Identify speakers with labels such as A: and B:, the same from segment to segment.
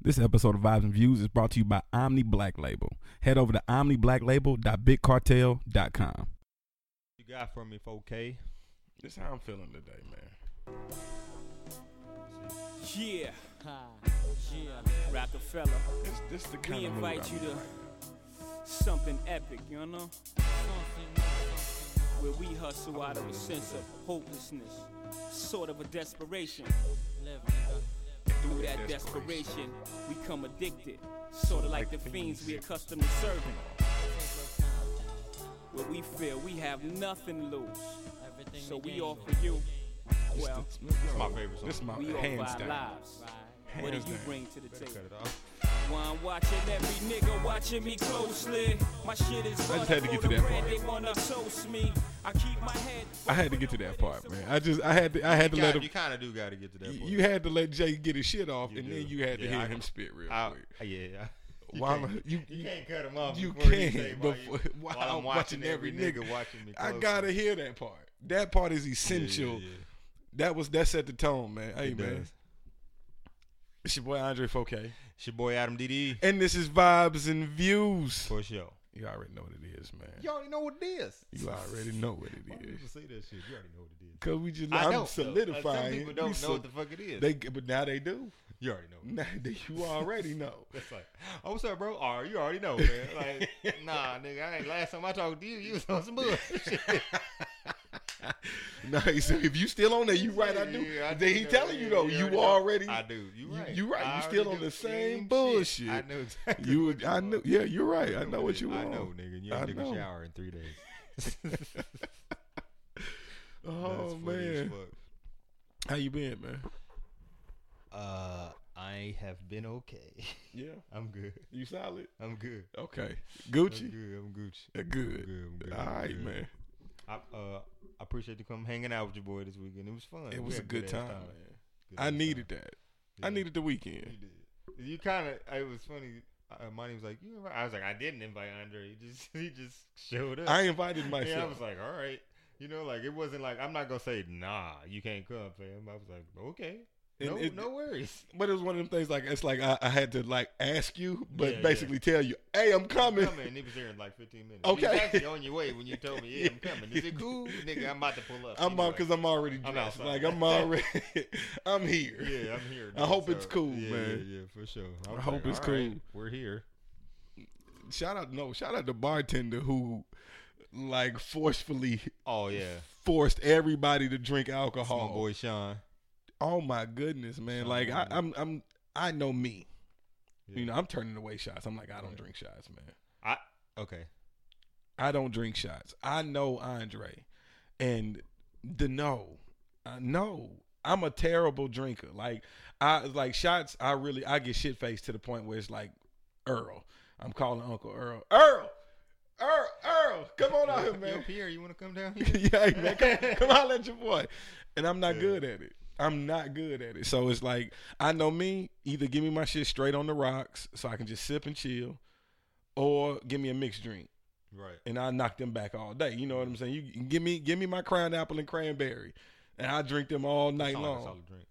A: This episode of Vibes and Views is brought to you by Omni Black Label. Head over to omniblacklabel.bigcartel.com.
B: You got from me 4K.
C: This how I'm feeling today, man.
D: Yeah. Yeah. Rockefeller.
C: This this the kind
D: We
C: of mood
D: invite
C: I'm
D: you
C: in
D: to
C: right
D: something epic, you know? Where we hustle out of a sense of hopelessness, sort of a desperation.
C: now.
D: Through
C: Look at
D: that
C: desperation.
D: desperation, we come addicted, sort of like the fiends we accustomed to serving. Where we feel we have nothing to lose. So we offer you, well,
C: This
B: my favorite song.
C: This my
D: we
C: hands
D: offer our
C: down.
D: lives. What do
C: Hands
D: you
C: down.
D: bring to the table?
B: Cut it off.
D: Wine watching every nigga watching me closely. My shit is
C: I just had to get to that
D: wonderful,
C: part.
D: They wanna toast me. I keep my head.
C: I had to get to that part, man. I just I had to I had to
B: You,
C: let
B: gotta-
C: him.
B: you kind of do got to get to that point.
C: You had to let Jay get his shit off,
B: You
C: and
B: do.
C: then you had to
B: Yeah,
C: hear
B: I-
C: him spit real
B: I,
C: quick.
B: yeah, yeah. You
C: While
B: can't-
C: you-
B: you can't cut him off.
C: you
B: before he
C: can't
B: say, while you-
C: before- while
B: while
C: I'm watching every nigga.
B: watching me.
C: I
B: closely.
C: gotta hear that part. That part is
B: Yeah, yeah,
C: essential.
B: yeah.
C: That was that set the tone, man. Hey,
B: It
C: man.
B: does.
C: It's your boy Andre Fouquet,
B: It's your boy Adam DD
C: and this is Vibes and Views.
B: for sure.
C: You already know what it is, man.
B: You already know what it is.
C: You already know what it is.
B: say that shit? You already know what it is.
C: Cause we just
B: I don't,
C: I'm
B: though. Some
C: solidifying.
B: people
C: it.
B: don't
C: We
B: know
C: so-
B: what the fuck it is.
C: they, but now they do.
B: you already know.
C: Now that you already know.
B: It's like, oh, what's up, bro? Oh, you already know, man. Like, nah, nigga, I ain't last time I talked to you, you was on some bullshit.
C: no, he said, if you still on there, you right. I do.
B: Yeah,
C: then
B: do
C: he
B: know.
C: telling you though,
B: Yeah,
C: you already.
B: I do. You
C: you-
B: right.
C: you right.
B: I
C: You still
B: already
C: on the
B: do.
C: same
B: shit.
C: bullshit.
B: I know exactly.
C: You,
B: what
C: would- I
B: on.
C: knew. Yeah, you're right. I know what you
B: I
C: want.
B: know, nigga. You
C: I
B: ain't took
C: know.
B: a shower in three days.
C: Oh man, how you been, man?
B: Uh, I have been okay.
C: Yeah,
B: I'm good.
C: you solid.
B: I'm good.
C: Okay,
B: I'm
C: Gucci.
B: good. I'm Gucci.
C: Good.
B: I'm
C: good.
B: good. I'm good.
C: All
B: I'm
C: right,
B: good.
C: man.
B: I uh, I appreciate you coming hanging out with your boy this weekend. It was fun.
C: It
B: We
C: was a
B: had
C: good
B: ass
C: time, man.
B: Good
C: I
B: ass
C: needed
B: time.
C: that. I
B: Yeah.
C: needed the
B: You
C: weekend.
B: did. You kind of. It was funny. Uh, Monty was like, "You." invite-" I was like, "I didn't invite Andre. He just he just showed up."
C: I invited
B: Yeah, I
C: myself.
B: was like, "All right." You know, like it wasn't like I'm not gonna say nah, you can't come, fam. I was like, okay,
C: And
B: no,
C: it-
B: no worries.
C: But it was one of them things like it's like I, I had to like ask you, but
B: Yeah, yeah.
C: basically tell you, hey, I'm coming.
B: Come in. He was there in like 15 minutes. He
C: Okay.
B: was actually on your way when you told me, yeah, I'm coming. Is it cool, nigga? I'm about to pull up.
C: I'm out
B: Anyway.
C: because I'm already
B: I'm
C: dressed.
B: outside.
C: like I'm already, I'm here.
B: Yeah, I'm here.
C: I
B: dude,
C: hope it's cool,
B: yeah,
C: man.
B: Yeah, yeah, for sure.
C: I
B: was
C: hope it's
B: "All right,
C: cool."
B: We're here.
C: Shout out, no, shout out the bartender who, like, forcefully
B: Oh yeah,
C: forced everybody to drink
B: It's my
C: alcohol.
B: boy Sean.
C: Oh my goodness, man!
B: Sean
C: Like I,
B: Goodman.
C: I'm, I'm, I know me.
B: Yeah.
C: You know, I'm turning away shots. I'm like, I don't
B: Right.
C: drink shots, man.
B: I okay.
C: I don't drink shots. I know Andre, and the no, I know I'm a terrible drinker. Like I like shots. I really I get shit faced to the point where it's like Earl. I'm calling Uncle Earl. Earl, Earl, Earl, come on out here,
B: Yo,
C: man.
B: Pierre, you want to come down here?
C: yeah, hey, man, come, come out at your boy. And I'm not
B: Yeah.
C: good at it. I'm not good at it. So it's like I know me. Either give me my shit straight on the rocks, so I can just sip and chill, or give me a mixed drink
B: Right.
C: and I knock them back all day. You know what I'm saying? You give me give me my crown apple and cranberry, and I drink them all night
B: Sound like a
C: long.
B: solid drink.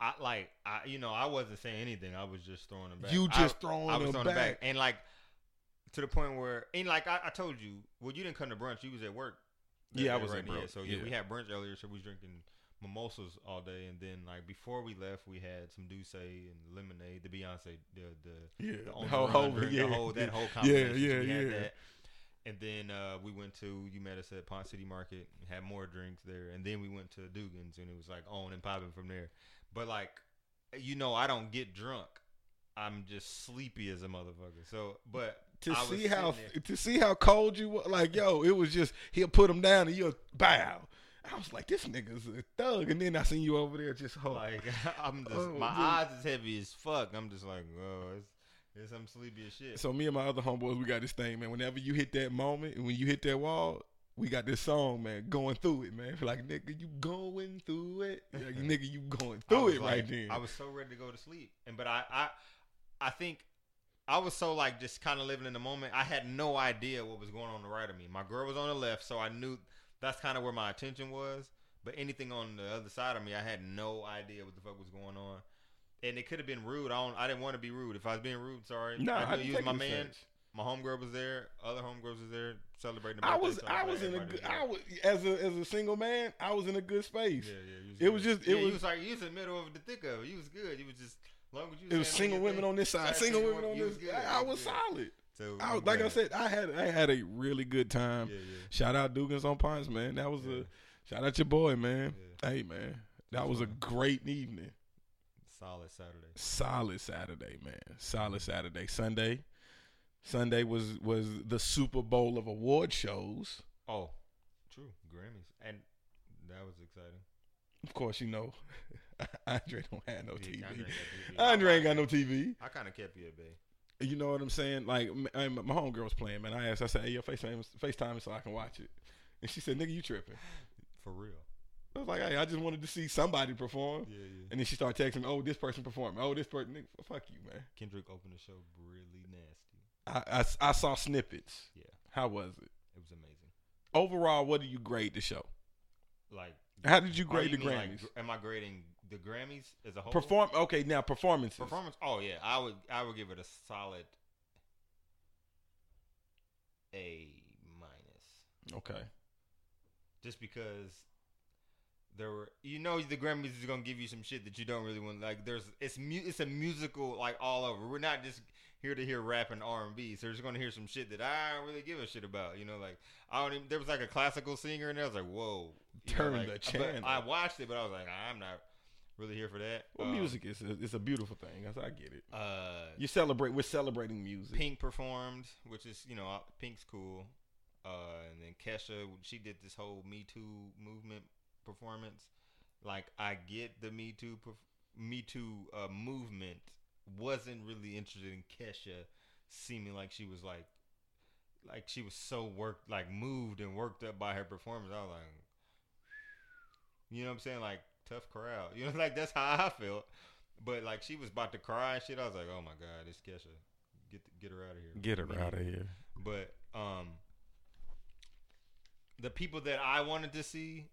B: I like I you know I wasn't saying anything. I was just throwing them back.
C: You
B: I-
C: just throwing
B: I, was
C: them
B: throwing
C: back.
B: them back, and like to the point where and like I, I told you, well, you didn't come to brunch. You was at work. that
C: Yeah, I
B: day,
C: was at
B: Yeah,
C: brunch,
B: so yeah,
C: yeah.
B: we had brunch earlier, so we was drinking mimosas all day, and then like before we left, we had some douce and lemonade, the Beyonce, the the
C: Yeah,
B: the,
C: the
B: on the
C: whole,
B: run
C: whole-
B: drink,
C: yeah,
B: the whole that whole
C: yeah,
B: combination.
C: yeah,
B: we had
C: yeah.
B: That. And then uh, we went to you met us at Pond City Market, had more drinks there, and then we went to Dugan's, and it was like on and popping from there. But like, you know, I don't get drunk. I'm just sleepy as a motherfucker. So, but
C: To
B: I was
C: see how
B: sitting there-
C: to see how cold you were, like yo, it was just he'll put him down and you'll bow. I was like, this nigga's a thug, and then I seen you over there just hold.
B: like I'm just
C: Oh,
B: my
C: dude.
B: eyes is heavy as fuck. I'm just like, whoa, it's, it's I'm sleepy as shit.
C: so me and my other homeboys, we got this thing, man. Whenever you hit that moment and when you hit that wall, we got this song, man, going through it, man. Like nigga, you going through it, like, nigga, you going
B: I
C: through
B: was
C: it
B: like-
C: right then.
B: I was so ready to go to sleep, and but I I I think I was so like just kind of living in the moment. I had no idea what was going on the right of me. My girl was on the left, so I knew that's kind of where my attention was. But anything on the other side of me, I had no idea what the fuck was going on. and it could have been rude. I don't, I didn't want to be rude. If I was being rude, sorry.
C: Nah,
B: I knew
C: I didn't
B: you was
C: take
B: my
C: offense.
B: man. My homegirl was there. Other homegirls was there celebrating. The
C: I
B: birthday,
C: was
B: so
C: I
B: I'm glad
C: was in a
B: everybody
C: good
B: there.
C: I was as a as a single man I was in a good space.
B: Yeah, yeah. you
C: It was
B: good.
C: just- it
B: Yeah, you
C: was-
B: was like you was in the middle of the thick of it. You was good. You was just long as you. Was
C: It was
B: handling
C: single
B: your
C: women
B: thing,
C: on this side, single women on
B: you
C: this.
B: good,
C: I, I
B: you
C: was
B: good.
C: solid.
B: So
C: I
B: I'm
C: was, like I
B: glad.
C: said, I had I had a really good time.
B: Yeah, yeah.
C: Shout out Dugans on Pints, man. That was
B: Yeah.
C: a shout out your boy, man.
B: Yeah.
C: Hey, man, that was a great evening.
B: Solid Saturday.
C: Solid Saturday, man. Solid Saturday. Sunday, Sunday was was the Super Bowl of award shows.
B: Oh, true. Grammys, and that was exciting.
C: Of course, you know, Andre don't have no
B: Yeah, Andre
C: TV.
B: got TV.
C: Oh, Andre ain't got no TV.
B: I kind of kept you at bay.
C: You know what I'm saying? Like m- I- my homegirl was playing, man. I asked, I said, "Hey, your FaceTime, FaceTime me so I can watch it," and she said, "Nigga, you tripping."
B: For real.
C: I was like, "Hey, I just wanted to see somebody perform."
B: Yeah, yeah.
C: And then she started texting, me, "Oh, this person performing. Oh, this person. Nigga, f- fuck you, man."
B: Kendrick opened the show really nasty.
C: I, I I saw snippets.
B: Yeah.
C: How was it?
B: It was amazing.
C: Overall, what do you grade the show?
B: Like,
C: How did you
B: oh,
C: grade
B: you
C: the
B: mean, like, oh.
C: Grammys?
B: gr- am I grading the Grammys as a whole?
C: Perform. Okay, now performances.
B: Performance. Oh yeah, I would. I would give it a solid A minus. uh,
C: okay.
B: just because there were you know the Grammys is gonna give you some shit that you don't really want. Like there's it's mu- it's a musical like all over. We're not just here to hear rap and R and B. So we're just gonna hear some shit that I don't really give a shit about. You know, like I don't even there was like a classical singer in there. I was like, whoa, You
C: Turn
B: like,
C: the
B: but
C: channel.
B: I watched it, but I was like, I'm not really here for that.
C: Well,
B: Um,
C: music is a, it's a beautiful thing. I, I get it.
B: Uh,
C: You celebrate. We're celebrating music.
B: Pink performed, which is you know Pink's cool, uh, and then Kesha she did this whole Me Too movement performance. Like I get the Me Too perf- Me Too uh, movement wasn't really interested in Kesha seeming like she was like like she was so worked like moved and worked up by her performance. I was like, you know what I'm saying? Like tough crowd. You know, like that's how I felt. But like she was about to cry and shit. I was like, oh my god, it's Kesha. Get get her out of here.
A: Get
B: We
A: her
B: need
A: out of here.
B: but um, the people that I wanted to see,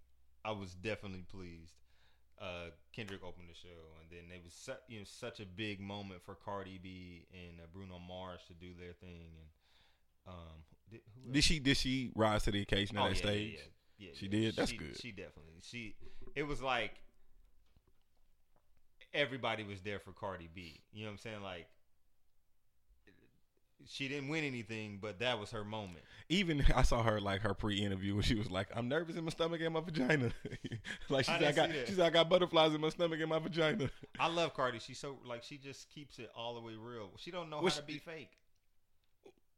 B: I was definitely pleased. Uh, Kendrick opened the show, and then it was su- you know such a big moment for Cardi B and uh, Bruno Mars to do their thing, and um, did, who
C: Did she did she rise to the occasion
B: Oh,
C: on that
B: yeah, yeah,
C: stage?
B: Yeah, yeah,
C: She
B: yeah.
C: did? That's
B: She-
C: good.
B: She definitely. She. It was like everybody was there for Cardi B. You know what I'm saying? Like she didn't win anything, but that was her moment.
C: Even I saw her like her pre-interview where she was like, "I'm nervous in my stomach and my vagina." like she
B: I
C: said, I
B: didn't
C: got
B: see that.
C: she said, "I got butterflies in my stomach and my vagina."
B: I love Cardi. She's so like she just keeps it all the way real. She don't know
C: Which-
B: how to be fake.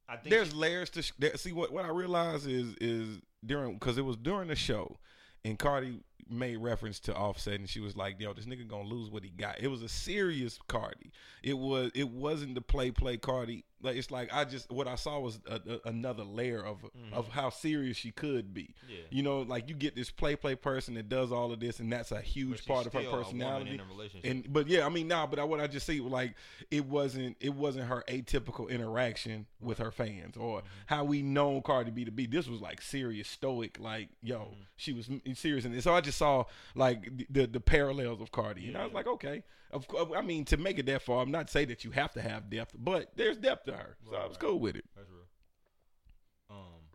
B: I think
C: There's
B: she-
C: layers to sh- there, see what what I realized is is during because it was during the show, and Cardi made reference to Offset and she was like, "Yo, this nigga gonna lose what he got." It was a serious Cardi. It was it wasn't the play play Cardi. Like it's like I just what I saw was a, a, another layer of of how serious she could be.
B: Mm-hmm. yeah.
C: You know, like you get this play play person that does all of this, and that's a
B: But
C: huge
B: she's
C: part of her
B: still a woman
C: personality.
B: in a relationship.
C: And but yeah, I mean, nah. But I, what I just see, like it wasn't it wasn't her atypical interaction with her fans or
B: Mm-hmm.
C: how we known Cardi B to be. This was like serious stoic, like yo,
B: Mm-hmm.
C: she was m- serious, and so I just saw like the the, the parallels of Cardi, and I was like, okay, of course. I mean, to make it that far, I'm not saying that you have to have depth, but there's depth to her, so I
B: Right,
C: was
B: right.
C: cool with it.
B: That's real. Um,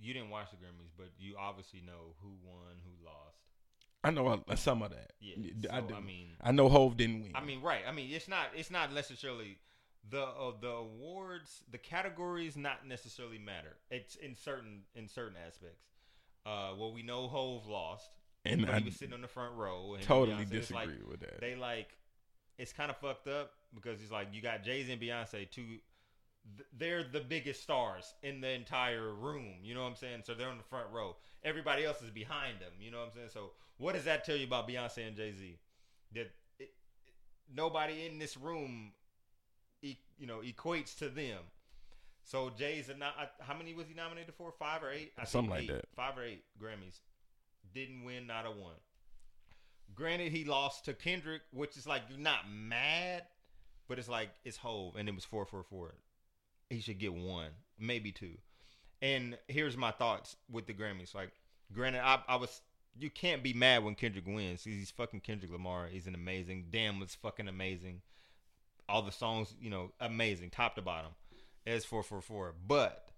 B: you didn't watch the Grammys, but you obviously know who won, who lost.
C: I know uh, some of that.
B: Yeah,
C: I
B: so,
C: do.
B: I mean-
C: I know Hove didn't win.
B: I mean, right? I mean, it's not it's not necessarily the uh, the awards, the categories, not necessarily matter. It's in certain in certain aspects. Uh, well, we know Hove lost,
C: and
B: but
C: I
B: he was sitting on the front row. And
C: totally
B: Beyonce was
C: disagree
B: like,
C: with that.
B: they like it's kind of fucked up because it's like you got Jay Z and Beyonce two. th- They're the biggest stars in the entire room. You know what I'm saying? So they're on the front row. Everybody else is behind them. You know what I'm saying? So what does that tell you about Beyonce and Jay Z? That it, it, nobody in this room, e- you know, equates to them. So Jay's a no- I- how many was he nominated for? Five or eight? I think
C: Something like
B: eight.
C: that.
B: Five or eight Grammys. Didn't win not a one. Granted, he lost to Kendrick, which is like you're not mad, but it's like it's Hove, and it was four four four. He should get one, maybe two. And here's my thoughts with the Grammys. Like, granted, I, I was you can't be mad when Kendrick wins. He's, he's fucking Kendrick Lamar. He's an amazing. Damn was fucking amazing. All the songs, you know, amazing, top to bottom. As four four four. But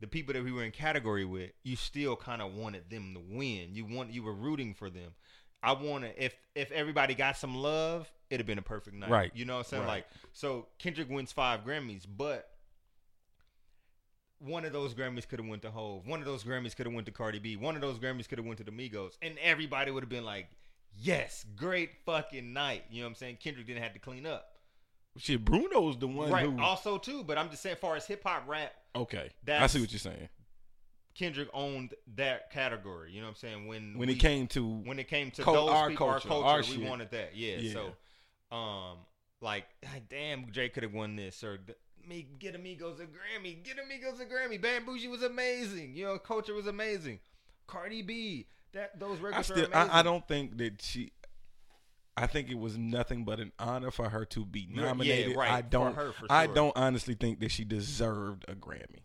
B: the people that we were in category with, you still kind of wanted them to win. You want you were rooting for them. I wanted if if everybody got some love, it'd have been a perfect night.
A: Right.
B: You know what I'm saying?
A: Right.
B: Like so Kendrick wins five Grammys, but one of those Grammys could have went to Hove. One of those Grammys could have went to Cardi B. One of those Grammys could have went to the Migos, and everybody would have been like, "Yes, great fucking night." You know what I'm saying? Kendrick didn't have to clean up,
C: Shit, Bruno's the one
B: right?
C: who.
B: Also, too, but I'm just saying, far as hip hop rap,
C: okay, I
B: That's-
C: see what you're saying.
B: Kendrick owned that category. You know what I'm saying? When
C: When
B: we,
C: it came to
B: when it came to
C: Cult-
B: those
C: our
B: people,
C: culture,
B: our culture,
C: our
B: we
C: shit.
B: wanted that. Yeah.
C: Yeah.
B: So, um, like, like, damn, Jay could have won this, or th- me get Amigos a Grammy, get Amigos a Grammy. Bad Bougie was amazing. You know, culture was amazing. Cardi B, that those
C: I
B: records are
C: still,
B: amazing.
C: I, I don't think that she. I think it was nothing but an honor for her to be
B: Yeah,
C: nominated.
B: right,
C: I
B: for
C: don't.
B: her, for
C: I
B: sure.
C: don't honestly think that she deserved a Grammy.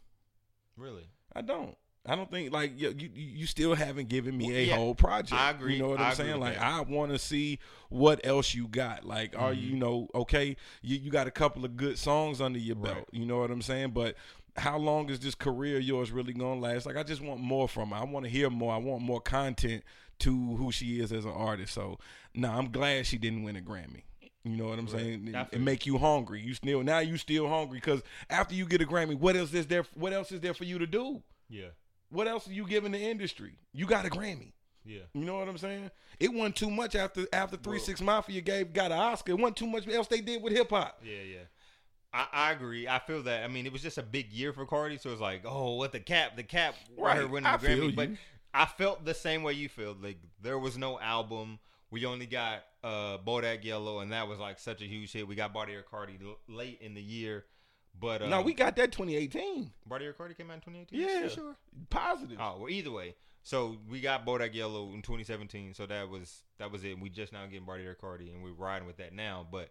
B: really.
C: I don't. I don't think like you. You, you still haven't given me
B: Well,
C: a
B: yeah,
C: whole project.
B: I agree.
C: You know what
B: I
C: I'm
B: agree
C: saying?
B: with
C: Like
B: that.
C: I want to see what else you got. Like are
B: Mm-hmm.
C: you know okay? You you got a couple of good songs under your belt.
B: Right.
C: You know what I'm saying? But how long is this career of yours really gonna last? Like I just want more from her. I want to hear more. I want more content to who she is as an artist. So nah, I'm glad she didn't win a Grammy. You know what I'm saying? It-
B: I
C: It,
B: feel you.
C: make you hungry. You still now you still hungry because after you get a Grammy, what else is there? What else is there for you to do?
B: Yeah.
C: what else are you giving the industry? You got a Grammy.
B: Yeah.
C: You know what I'm saying? It wasn't too much after after Three Six Mafia gave got an Oscar. It wasn't too much else they did with hip hop.
B: Yeah, yeah. I, I agree. I feel that. I mean, it was just a big year for Cardi, so it's like, oh, what the cap, the cap,
C: Right.
B: her winning
C: I
B: the
C: feel
B: Grammy. But
C: you.
B: I felt the same way you feel. Like there was no album. We only got uh Bodak Yellow, and that was like such a huge hit. We got Barty or Cardi l- late in the year, but uh,
C: no, we got that 2018.
B: Barty or Cardi came out in 2018.
C: Yeah,
B: You sure.
C: Positive.
B: Oh well, either way. So we got Bodak Yellow in 2017. So that was that was it. We just now getting Barty Cardi, and we're riding with that now. But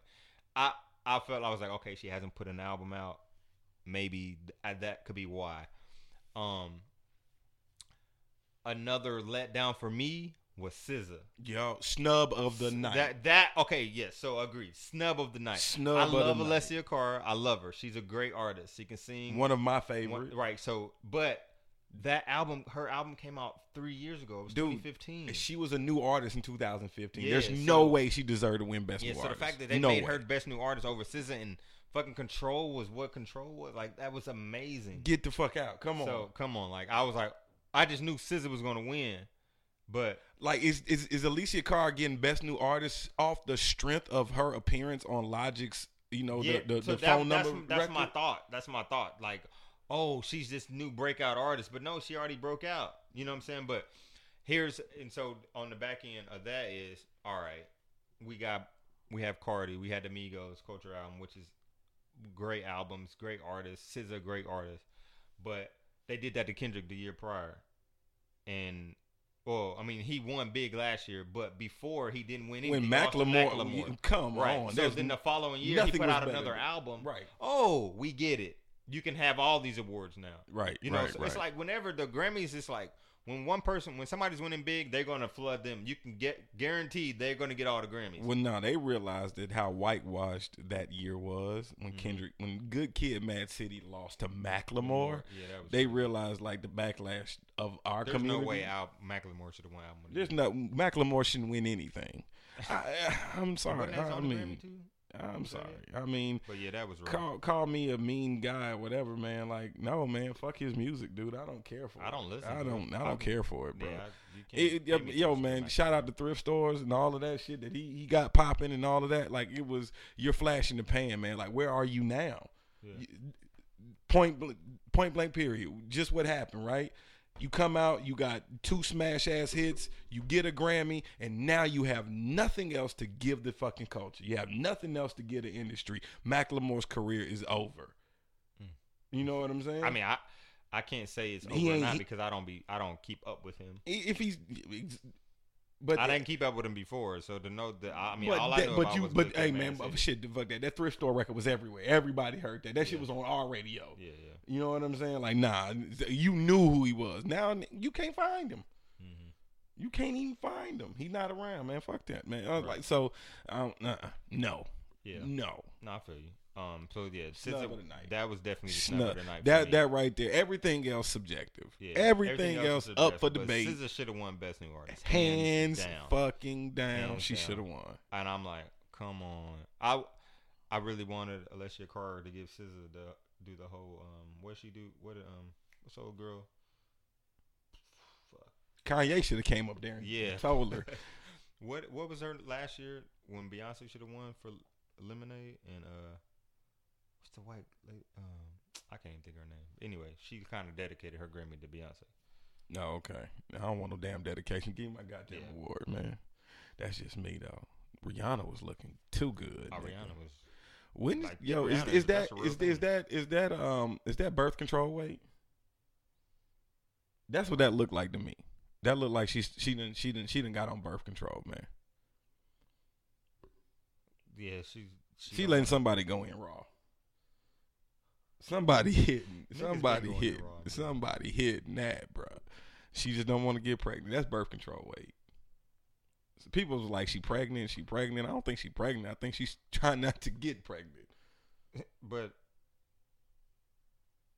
B: I I felt I was like, okay, she hasn't put an album out. Maybe th- I- that could be why. Um, another letdown for me was SZA.
C: Yo, snub of the night.
B: That that okay, yes. So agreed. Snub of the night.
C: Snub
B: I
C: of the
B: love
C: night.
B: Alessia Cara. I love her. She's a great artist. She can sing.
C: One of my
B: One-
C: favorite.
B: right. So, but that album, her album came out three years ago. It was
C: Dude,
B: 2015.
C: She was a new artist in 2015.
B: Yeah,
C: There's no
B: so-
C: way she deserved to win Best
B: yeah.
C: New
B: So
C: Artist.
B: the fact that they
C: no
B: made
C: way.
B: her best new artist over SZA and fucking Control was what Control was like. That was amazing.
C: get the fuck out. Come on.
B: so come on, like I was like, I just knew SZA was gonna win, but
C: Like is, is is Alicia Carr getting best new artist off the strength of her appearance on Logic's you know
B: yeah.
C: the the,
B: so
C: the
B: that-
C: phone
B: that's,
C: number
B: That's
C: record?
B: my thought. That's my thought. Like, oh, she's this new breakout artist, but no, she already broke out. You know what I'm saying? But here's and so on the back end of that is all right. We got we have Cardi, we had the Migos Culture album, which is great albums, great artists, SZA, great artist, but they did that to Kendrick the year prior, and. Well, I mean, he won big last year, but before he didn't win anything.
C: when
B: He lost to
C: Macklemore,
B: Macklemore.
C: you- come
B: Right.
C: on,
B: so
C: there's
B: then
C: n-
B: the following year, he
C: nothing
B: put
C: was
B: out
C: better
B: another
C: than-
B: album.
C: right,
B: Oh, we get it. You can have all these awards now.
C: right,
B: You know,
C: right,
B: so
C: right.
B: it's like whenever the Grammys, it's like when one person, when somebody's winning big, they're gonna flood them. You can get guaranteed they're gonna get all the Grammys.
C: well, no, they realized that how whitewashed that year was
B: Mm-hmm.
C: when Kendrick, when Good Kid, Mad City lost to Macklemore.
B: Yeah, that was.
C: They realized like the backlash of our
B: there's
C: community.
B: no way Al Macklemore should have won album. of the
C: There's
B: Year.
C: no Macklemore shouldn't win anything. I, I'm sorry.
B: Wasn't that
C: I
B: on the Grammy
C: mean,
B: too?
C: I'm
B: Was that
C: sorry.
B: it?
C: I mean,
B: But yeah, that was right.
C: call call me a mean guy or whatever, man. Like, no, man, fuck his music, dude. I don't care for
B: I
C: it.
B: don't listen
C: I
B: to
C: don't.
B: it.
C: I
B: I-
C: don't care for it,
B: Yeah,
C: bro.
B: I- you can't
C: It-
B: pay me
C: it- yo,
B: attention
C: man,
B: like
C: shout
B: that.
C: out to thrift stores and all of that shit that he, he got popping and all of that. Like it was, you're flashing the pan, man. Like where are you now?
B: Yeah.
C: You- Point bl- point blank period. Just what happened, right? You come out, you got two smash ass hits, you get a Grammy, and now you have nothing else to give the fucking culture. You have nothing else to give the industry. Macklemore's career is over. You know what I'm saying?
B: Hmm. I mean, I I can't say it's
C: He
B: over or
C: ain't-
B: not
C: he-
B: because I don't be I don't keep up with him.
C: if he's, but
B: I didn't keep up with him before, so to know that I I mean,
C: but
B: all I
C: that-
B: know
C: but
B: about
C: you,
B: was
C: but
B: Good
C: hey
B: Kid,
C: man,
B: Mad
C: but
B: City.
C: shit, the fuck that. That thrift store record was everywhere. Everybody heard that. That shit was on our radio.
B: yeah, yeah.
C: You know what I'm saying? Like, nah, you knew who he was. Now you can't find him.
B: Mm-hmm.
C: You can't even find him. He not around, man. Fuck that, man. I was
B: Right.
C: like, so, um, uh, no,
B: Yeah.
C: no,
B: No, I feel you. Um. So yeah, since
C: Snub
B: it-
C: of the night.
B: that was definitely the snub
C: no.
B: of the night. for
C: That
B: me.
C: that right there. Everything else subjective. Everything, else,
B: is
C: up for
B: subjective, but
C: debate.
B: SZA should have won Best New Artist.
C: Hands,
B: down.
C: fucking down.
B: Hands
C: she
B: down.
C: should have won.
B: And I'm like, come on. I I really wanted Alessia Carr to give SZA the do the whole um what she do what um what's old girl. Fuck.
C: Kanye should have came up there and
B: Yeah.
C: told her.
B: What what was her last year when Beyonce should have won for Lemonade and uh what's the white la- um I can't even think of her name. Anyway, she kind of dedicated her Grammy to Beyonce.
C: No, okay. I don't want no damn dedication. Give me my goddamn
B: Yeah.
C: award, man. That's just me though. Rihanna was looking too good. nigga.
B: Ariana Oh, was
C: When is,
B: Like,
C: yo, is,
B: Rihanna
C: is
B: is-
C: that
B: that's a real
C: is, is
B: thing.
C: that is that um is that birth control weight? That's what that looked like to me. That looked like she's she didn't she didn't she didn't got on birth control, man.
B: yeah she's
C: She,
B: don't
C: letting
B: like-
C: somebody go in raw. Somebody hitting,
B: Niggas
C: somebody
B: been going in
C: hitting,
B: raw, dude.
C: somebody hitting that, bro. She just don't want to get pregnant. That's birth control weight. So people was like, she pregnant, she pregnant. I don't think she pregnant. I think she's trying not to get pregnant.
B: but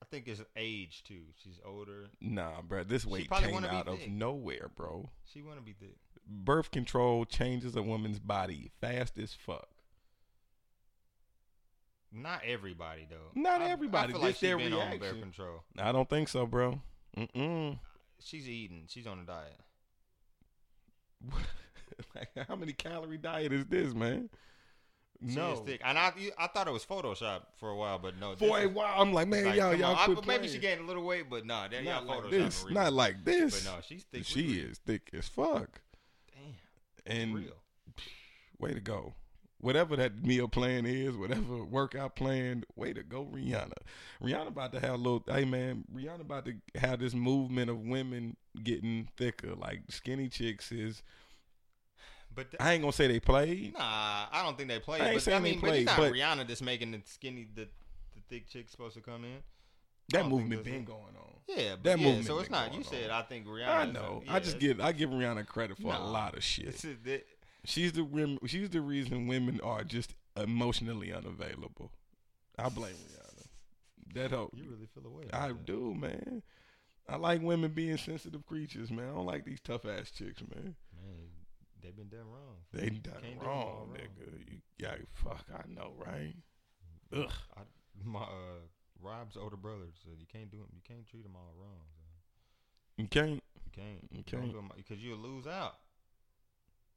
B: I think it's age too. She's older.
C: Nah, bro, this weight
B: probably
C: came
B: wanna be
C: out of
B: thick.
C: nowhere, bro.
B: She want to be thick.
C: Birth control changes a woman's body fast as fuck.
B: Not everybody though.
C: Not
B: I- I
C: everybody.
B: feel
C: This
B: like she
C: their
B: been on
C: reaction.
B: birth control.
C: I don't think so, bro. Mm-mm.
B: She's eating. She's on a diet.
C: like, how many calorie diet is this, man?
B: She
C: No.
B: is thick. And I you- I thought it was Photoshop for a while, but no.
C: For
B: this
C: a
B: is-
C: while, I'm like,
B: it's
C: man,
B: like,
C: y'all,
B: come
C: y'all
B: on. I-
C: quit
B: but Maybe she
C: playing.
B: gained a little weight, but nah, that y'all
C: Not
B: Photoshop.
C: like this. Not like this.
B: But no, she's thick.
C: she
B: We-
C: is thick as fuck.
B: Damn.
C: And
B: real.
C: way to go. Whatever that meal plan is, whatever workout plan, way to go, Rihanna. Rihanna about to have a little. Hey man, Rihanna about to have this movement of women getting thicker, like skinny chicks is.
B: But th-
C: I ain't gonna say they played.
B: nah, I don't think they played.
C: I ain't
B: but,
C: saying
B: I
C: they
B: mean, but it's
C: played,
B: not
C: but-
B: Rihanna that's making the skinny the, the thick chick supposed to come in. I
C: That
B: don't think
C: movement
B: that's
C: been
B: it.
C: going on.
B: Yeah, but
C: That
B: yeah,
C: movement
B: so it's
C: been
B: not.
C: going
B: You said
C: on.
B: I think Rihanna.
C: I
B: is a-
C: know.
B: yeah,
C: I just give I give Rihanna credit for a
B: Nah.
C: lot of shit.
B: It's a- that-
C: She's the rem- she's the reason women are just emotionally unavailable. I blame Rihanna. That hoe.
B: you really feel away.
C: I do, man. I like women being sensitive creatures, man. I don't like these tough ass chicks, man.
B: Man, they've been done wrong.
C: They done
B: Can't do 'em all
C: wrong,
B: wrong.
C: nigga. You, yeah, fuck, I know, right? Ugh.
B: I, my uh, Rob's older brother said you can't do 'em- You can't treat them all wrong. son.
C: You can't.
B: You can't.
C: You
B: Don't
C: can't.
B: do 'em because you'll lose out.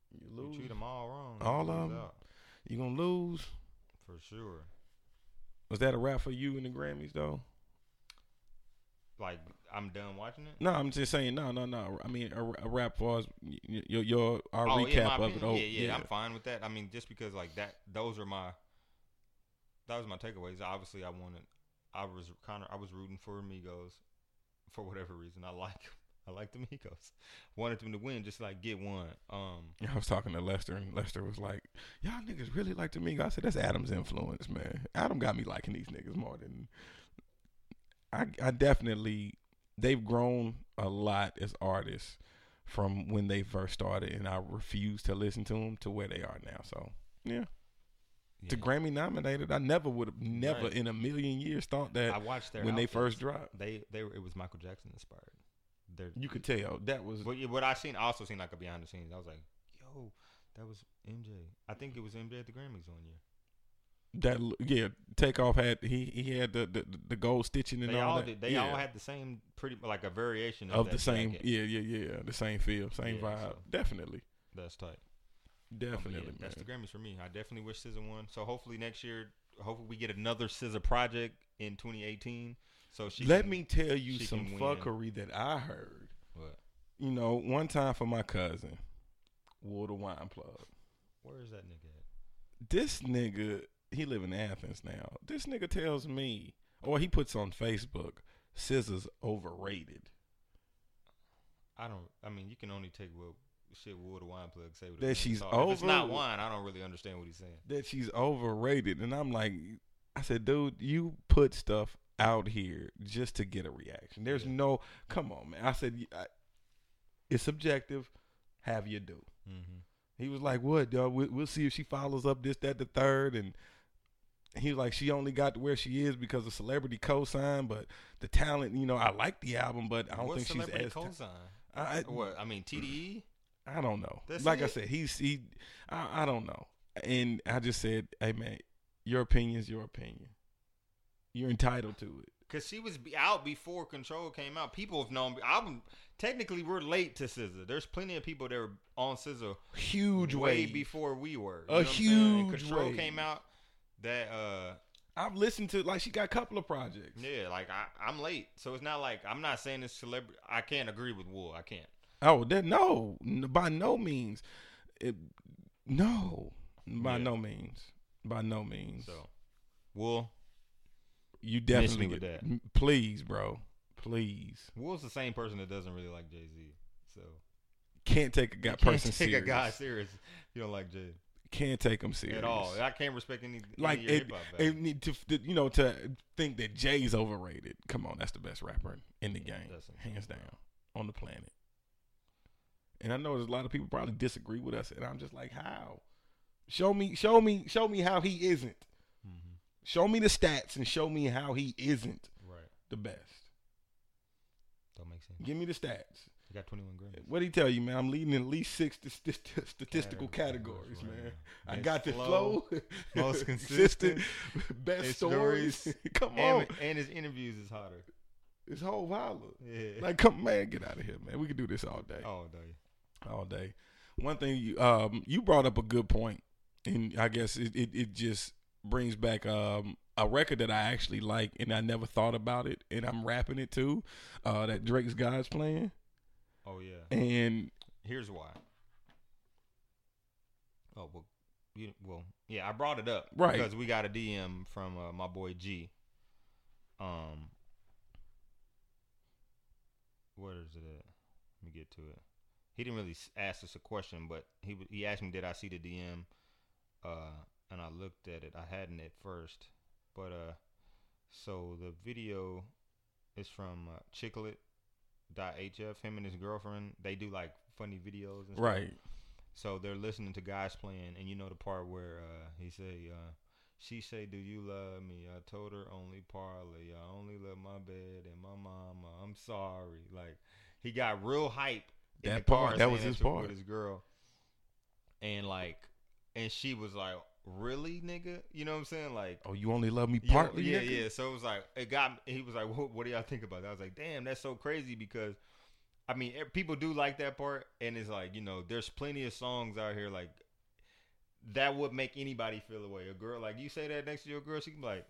C: You
B: You
C: lose.
B: treat them all wrong.
C: All
B: you
C: of
B: lose
C: 'em?
B: out,
C: You gonna lose.
B: for sure.
C: Was that a wrap for you in the Grammys though?
B: Like I'm done watching it.
C: No, I'm just saying. No, no, no. I mean, a, a wrap for us. y- y- Your your our
B: Oh,
C: recap
B: yeah, my
C: of it.
B: opinion.
C: Oh,
B: yeah, yeah, I'm fine with that. I mean, just because like that, those are my, that was my takeaways. Obviously, I wanted, I was kind of, I was rooting for Amigos, for whatever reason. I like, I like the Amigos. Wanted them to win, just like get one. Um,
C: I was talking to Lester, and Lester was like, "Y'all niggas really like to me." I said, "That's Adam's influence, man. Adam got me liking these niggas more than I. I definitely they've grown a lot as artists from when they first started, and I refuse to listen to them to where they are now. So yeah,
B: yeah.
C: to Grammy nominated, I never would have never
B: Right.
C: in a million years thought that
B: I watched their
C: when they
B: outfits.
C: first dropped.
B: they they were, it was Michael Jackson inspired. They're,
C: You could tell that was
B: But yeah, what I seen I also seen like a behind the scenes. I was like, yo, that was MJ. I think it was MJ at the Grammys one year.
C: that yeah. Takeoff had he he had the the, the gold stitching and
B: They
C: all,
B: all
C: that.
B: did. They
C: yeah.
B: all had the same pretty like a variation of,
C: of
B: that
C: the same
B: jacket.
C: yeah yeah yeah the same feel same
B: Yeah,
C: vibe
B: so-
C: definitely
B: That's tight. But yeah,
C: definitely
B: that's the
C: man.
B: Grammys for me. I definitely wish SZA won. So hopefully next year, hopefully we get another SZA project in 2018. So she
C: let
B: can-
C: me tell you
B: she
C: some
B: can win.
C: fuckery that i heard
B: What?
C: you know one time for my cousin water wine plug
B: Where is that nigga? At?
C: this nigga he live in athens now this nigga tells me or he puts on facebook scissors overrated
B: I don't. I mean, you can only take what shit Wood or Wine Plug say. With a
C: That
B: grain of
C: she's
B: salt. If it's
C: over
B: not
C: with.
B: wine. I don't really understand what he's saying.
C: that she's overrated and i'm like i said dude you put stuff out here just to get a reaction there's
B: Yeah.
C: no come on man i said y- I- it's subjective have your due.
B: Mhm.
C: He was like, "What, dog? We, we'll see if she follows up this, that, the third. And he was like, "She only got to where she is because of celebrity cosign, but the talent, you know, I like the album, but I don't
B: What
C: think she's
B: celebrity
C: as." ta-
B: cosign?
C: I-
B: what I mean, E? TDE.
C: I don't know.
B: That's
C: like I
B: it.
C: said, he's he. I, I don't know, and I just said, "Hey, man, your opinion's your opinion. You're entitled to it."
B: Cause she was be- out before Control came out. People have known. I'm technically we're late to Scissor. There's plenty of people that were on Scissor
C: Huge
B: way
C: wave.
B: before we were. You
C: A
B: know what I'm saying? And
C: huge
B: Control
C: wave.
B: came out. That uh,
C: I've listened to like she got a couple of projects.
B: yeah, like I, I'm late, so it's not like I'm not saying it's celebrity. I can't agree with Wool. I can't.
C: Oh, that no, n- by no means, It- no, by
B: Yeah.
C: no means, by no means.
B: So Wool,
C: you
B: miss me
C: definitely
B: with
C: get-
B: that.
C: m- Please, bro, please.
B: Wool's the same person that doesn't really like Jay Z. So
C: Can't take a guy
B: can't
C: person
B: take
C: serious.
B: a guy serious. if You don't like Jay
C: Can't take him serious
B: at all. I can't respect any
C: Like
B: any of your
C: it,
B: hip-hop
C: it
B: value.
C: need to f- you know to think that Jay's overrated. Come on, that's the best rapper in the
B: Yeah,
C: game,
B: that's insane,
C: hands
B: bro.
C: down on the planet. And I know there's a lot of people probably disagree with us, and I'm just like, how? Show me, show me, show me how he isn't.
B: Mm-hmm.
C: Show me the stats and show me how he isn't
B: Right.
C: the best.
B: Don't make sense.
C: Give me the stats.
B: You got 21 grand.
C: What he tell you, man? I'm leading in at least six st- st- statistical categories,
B: Categories, right.
C: man. I
B: Best
C: got the flow,
B: flow, most
C: best
B: best
C: stories.
B: stories,
C: come on,
B: And, and his interviews is hotter.
C: it's whole holler.
B: Yeah.
C: Like, come, man, get out of here, man. We could do this all day,
B: oh, do you?
C: all day. One thing you um you brought up a good point, and I guess it it, it just brings back um a record that I actually like, and I never thought about it, and I'm rapping it too. Uh, that Drake's God's playing,
B: Oh yeah.
C: and
B: Here's why. Oh well, you well yeah. I brought it up
C: Right.
B: because we got a DM from uh, my boy G. Um, where is it at? Let me get to it. He didn't really s- ask us a question, but he w- he asked me, "Did I see the DM?" Uh, and I looked at it. I hadn't at first, but uh, so the video is from uh, Chicklet. Dot HF, him and his girlfriend, they do like funny videos and stuff.
C: right,
B: So they're listening to guys playing, and you know the part where uh, he say, uh, "She say, do you love me? I told her only partly. I only love my bed and my mama. I'm sorry." Like he got real hype. in
C: That
B: the car
C: part, that
B: saying
C: was his
B: to- with
C: part.
B: His girl, and like, and she was like, "Really, nigga? You know what I'm saying? Like,
C: oh, you only love me
B: yeah,
C: partly,
B: Yeah,
C: nigga?
B: yeah. So it was like it got. He was like, "What, what do y'all think about that?" I was like, "Damn, that's so crazy." Because I mean, e- people do like that part, and it's like you know, there's plenty of songs out here like that would make anybody feel away. A girl like you say that next to your girl, she can be like,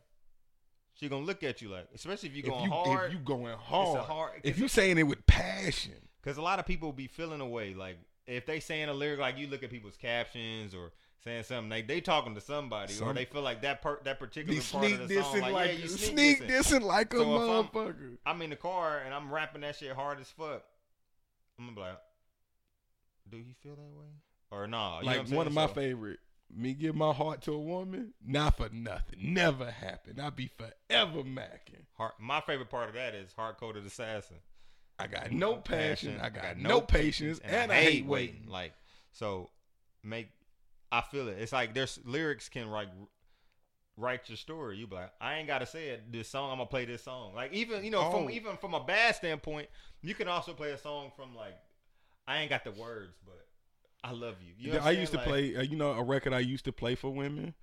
B: she gonna look at you like, especially if you going
C: if you,
B: hard.
C: If you going hard,
B: hard-
C: if you saying it with passion,
B: Because a lot of people be feeling away. Like if they saying a lyric, like you look at people's captions or saying something, like they talking to somebody, or
C: Some-
B: they feel like that per- that particular
C: you
B: part
C: sneak
B: of the
C: this
B: song,
C: in
B: like,
C: like,
B: yeah, you
C: you
B: sneak,
C: sneak
B: dissing.
C: this in like a
B: So if I'm-
C: motherfucker.
B: I'm in the car and I'm rapping that shit hard as fuck. I'm gonna be like, do you feel that way? Or nah? You know what
C: like
B: I'm
C: one of
B: saying? So-
C: my favorite. Me give my heart to a woman, not for nothing. Never happened. I be forever macking.
B: Hard, my favorite part of that is hard coded assassin.
C: I got no passion. I got, no patience, and, I hate waiting.
B: Like so, make I feel it. It's like there's lyrics can like write your story. You be like, I ain't gotta say it. This song, I'm gonna play this song. Like even you know
C: Oh.
B: from even from a bad standpoint, you can also play a song from like I ain't got the words, but I love you. you know what
C: I
B: I'm saying?
C: used to
B: Like,
C: play. Uh, you know, a record I used to play for women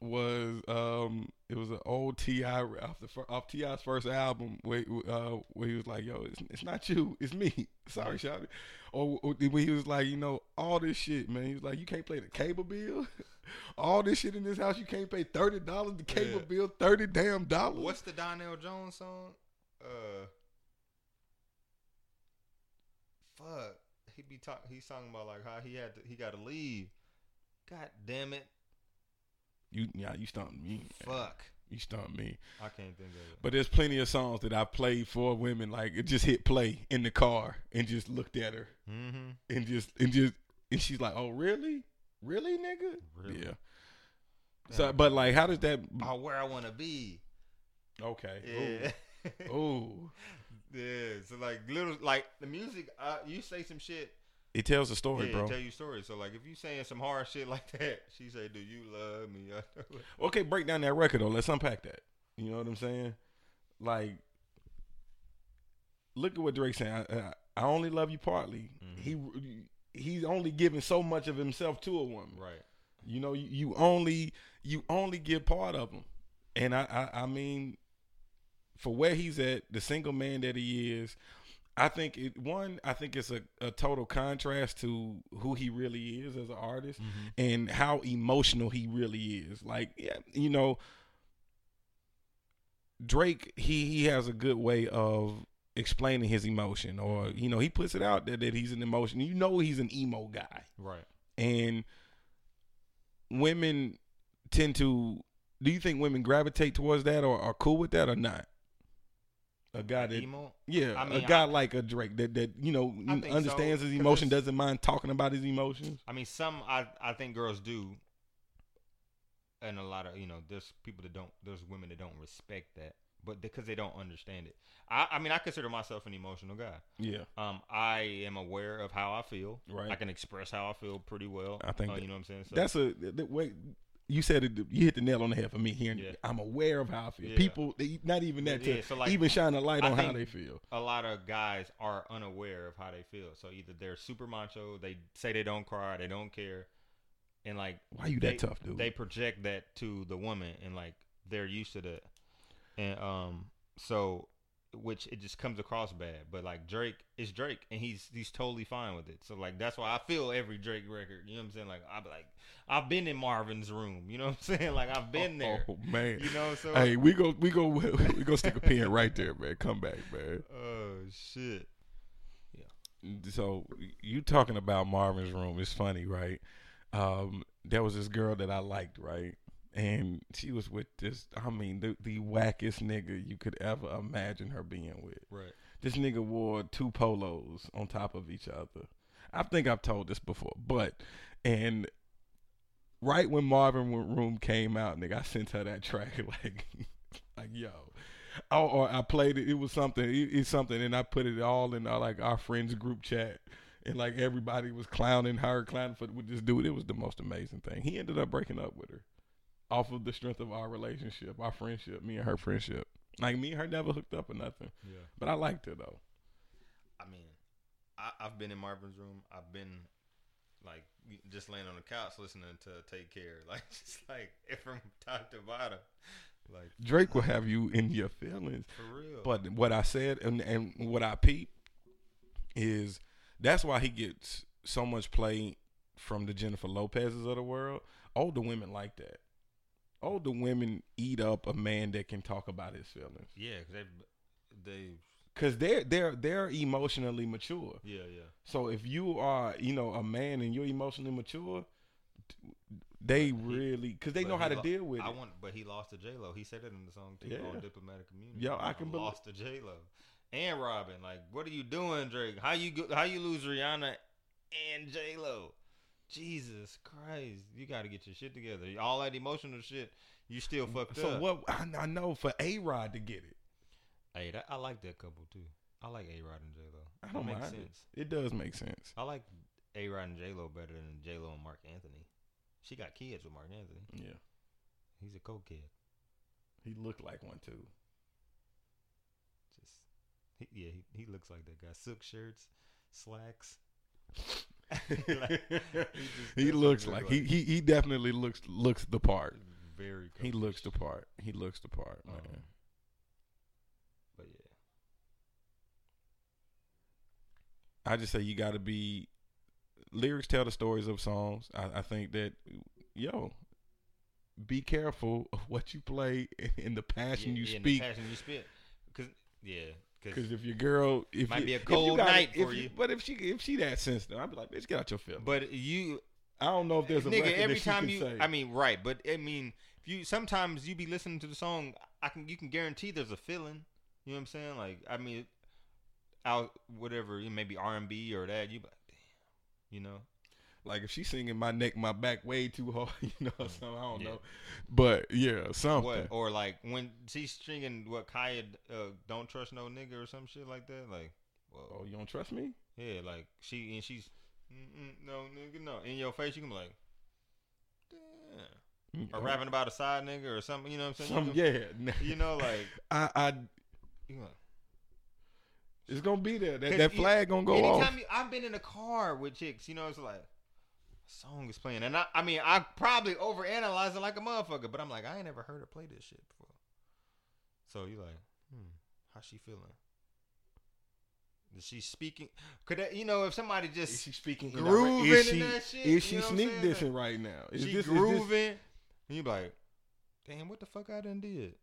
C: was um it was an old Ti re- off the fir- off Ti's first album where uh where he was like, "Yo, it's, it's not you, it's me." Sorry, Shawty. Or, or when he was like, you know, all this shit, man. He was like, "You can't play the cable bill." All this shit in this house, you can't pay thirty dollars the cable
B: Yeah.
C: bill, thirty damn dollars.
B: What's the Donnell Jones song? Uh, fuck. He be talk. He's talking about like how he had to, he got to leave. God damn it!
C: you? Yeah, you stumped me.
B: Fuck.
C: You stumped me.
B: I can't think of it.
C: But there's plenty of songs that I played for women. Like it just hit play in the car and just looked at her
B: mm-hmm.
C: and just and just and she's like, "Oh, really? Really, nigga?
B: Really?
C: Yeah." So, but like, how does that?
B: Oh, where I want to be.
C: Okay.
B: Yeah.
C: Ooh. Ooh.
B: yeah. So like little like the music. Uh, you say some shit
E: It tells a story,
B: yeah,
E: bro.
B: tell you stories. So like, if you saying some hard shit like that, she say, "Do you love me?"
C: Okay, break down that record though. Let's unpack that. You know what I'm saying? Like, look at what Drake saying. I, I, I only love you partly.
B: Mm-hmm.
C: He he's only giving so much of himself to a woman.
B: right.
C: You know, you, you only you only get part of him. And I, I I mean, for where he's at, the single man that he is, I think it one, I think it's a, a total contrast to who he really is as an artist and how emotional he really is. Like, yeah, you know, Drake, he he has a good way of explaining his emotion or you know, he puts it out there that he's an emotion. You know he's an emo guy
B: Right.
C: and women tend to do you think women gravitate towards that or are cool with that or not a guy that
B: Emo.
C: yeah
B: I mean,
C: a guy
B: I-
C: like a drake that that you know
B: I think so,
C: understands his
B: 'cause
C: emotion
B: it's-
C: doesn't mind talking about his emotions
B: I mean, some I I think girls do, and a lot of you know, there's people that don't, there's women that don't respect that, but because they don't understand it. I I mean, I consider myself an emotional guy.
C: yeah
B: Um, I am aware of how I feel.
C: Right.
B: I can express how I feel pretty well.
C: I think
B: uh,
C: that-
B: you know what I'm saying. So,
C: that's a the way you said it you hit the nail on the head for me hearing
B: Yeah.
C: it. i'm aware of how i feel
B: Yeah.
C: people they, not even that to
B: Yeah, so, like,
C: even shine a light
B: I
C: on how
B: think-
C: they feel
B: a lot of guys are unaware of how they feel. So either they're super macho, they say they don't cry, they don't care, and like
C: why you that
B: they-
C: tough dude
B: They project that to the woman, and like they're used to that, and um, so which it just comes across bad. But like Drake is Drake, and he's he's totally fine with it. So like that's why I feel every Drake record. You know what I'm saying? Like I like I've been in Marvin's room. You know what I'm saying? Like I've been there.
C: oh man
B: You know. So
C: Hey, we go, we go, we go stick a pin right there, man. Come back, man.
B: oh shit.
C: So you talking about Marvin's room? It's funny, right? Um, there was this girl that I liked, right, and she was with this. I mean, the, the wackest nigga you could ever imagine her being with.
B: Right.
C: This nigga wore two polos on top of each other. I think I've told this before, but and right when Marvin Wo- Room came out, nigga, I sent her that track like, like yo, oh, or I played it. It was something. It, it's something, and I put it all in our, like our friends group chat, and like everybody was clowning her, clowning for with this dude. It was the most amazing thing. He ended up breaking up with her off of the strength of our relationship, our friendship, me and her friendship. Like me and her never hooked up or nothing,
B: Yeah.
C: but I liked her though.
B: I mean, I, I've been in Marvin's room. I've been like just laying on the couch listening to "Take Care," like just like from top to bottom, like
C: Drake will have you in your feelings.
B: for real.
C: But what I said and, and what I peep is that's why he gets so much play from the Jennifer Lopez's of the world. Older women like that. Older women eat up a man that can talk about his feelings
B: yeah, 'cause they, they,
C: because they're they're they're emotionally mature.
B: yeah, yeah,
C: So if you are you know a man and you're emotionally mature, they really because they
B: But
C: know
B: he
C: how to
B: lo-
C: deal with
B: I
C: it.
B: want, but he lost to J Lo. He said it in the song too
C: Yeah.
B: on diplomatic community.
C: Yo, I can bel-
B: lost to J Lo and Robin. Like, what are you doing, Drake? How you go, how you lose Rihanna and J Lo? Jesus Christ, you got to get your shit together. All that emotional shit, you still fucked
C: So
B: up.
C: what I, I know for A Rod to get it,
B: Hey, that, I like that couple too. I like A Rod and J Lo.
C: I don't mind it. It does make sense.
B: I like A Rod and J Lo better than J Lo and Mark Anthony. She got kids with Mark Anthony.
C: Yeah.
B: He's a cokehead.
C: He looked like one too.
B: Just he, yeah, he, he looks like that guy. Silk shirts, slacks. Like, just
C: he
B: doesn't
C: looks
B: look
C: like he, he he definitely looks looks the part.
B: very.
C: He
B: cokehead.
C: looks the part. He looks the part, man.
B: Um, But yeah,
C: I just say you got to be lyrics tell the stories of songs. I, I think that yo be careful of what you play and the passion
B: yeah,
C: you
B: yeah, and the
C: speak.
B: passion you spit. Cause yeah, cause,
C: Because if your girl, if
B: Might
C: you,
B: be a
C: if you
B: cold
C: got-
B: night
C: if
B: for you.
C: but if she if she that sensitive, I'd be like, bitch, get out your feelings. But
B: but you
C: I don't know if there's a
B: nigga
C: record that
B: every
C: she
B: time
C: can
B: you
C: say.
B: i mean right but i mean if you sometimes you be listening to the song i can you can guarantee there's a feeling you know what i'm saying like i mean out whatever it may be r&b or that you be like damn you know
C: like if she's singing my neck, my back way too hard, you know, or something. I don't
B: Mm, Yeah.
C: know, but yeah, something.
B: what or like when she's stringing what kaya uh, don't trust no nigga or some shit like that like
C: Oh,
B: whoa
C: you don't trust me?
B: yeah like she and she's Mm-mm, no, nigga, no. In your face, you can be like, damn. Or
C: Mm,
B: rapping about a side nigga or something. You know what I'm saying?
C: Some,
B: you,
C: yeah, nah.
B: can- you know, like,
C: I, I,
B: you know,
C: it's gonna be there. That,
B: 'Cause
C: that
B: e-
C: flag gonna go
B: anytime
C: off.
B: You, I've been in a car with chicks, you know, it's like song is playing, and I, I mean, I probably overanalyze it like a motherfucker, but I'm like, I ain't ever heard her play this shit before. So you like, hmm, how she feeling? Is she speaking? Could that, you know, if somebody
C: Is
B: just
C: she speaking in
B: grooving
C: direct- is
B: in
C: she,
B: that shit?
C: Is
B: You
C: she
B: know what I'm
C: sneak
B: saying?
C: dissing right now? Is
B: she
C: this, is this-
B: grooving, and you be like, damn, what the fuck I done did?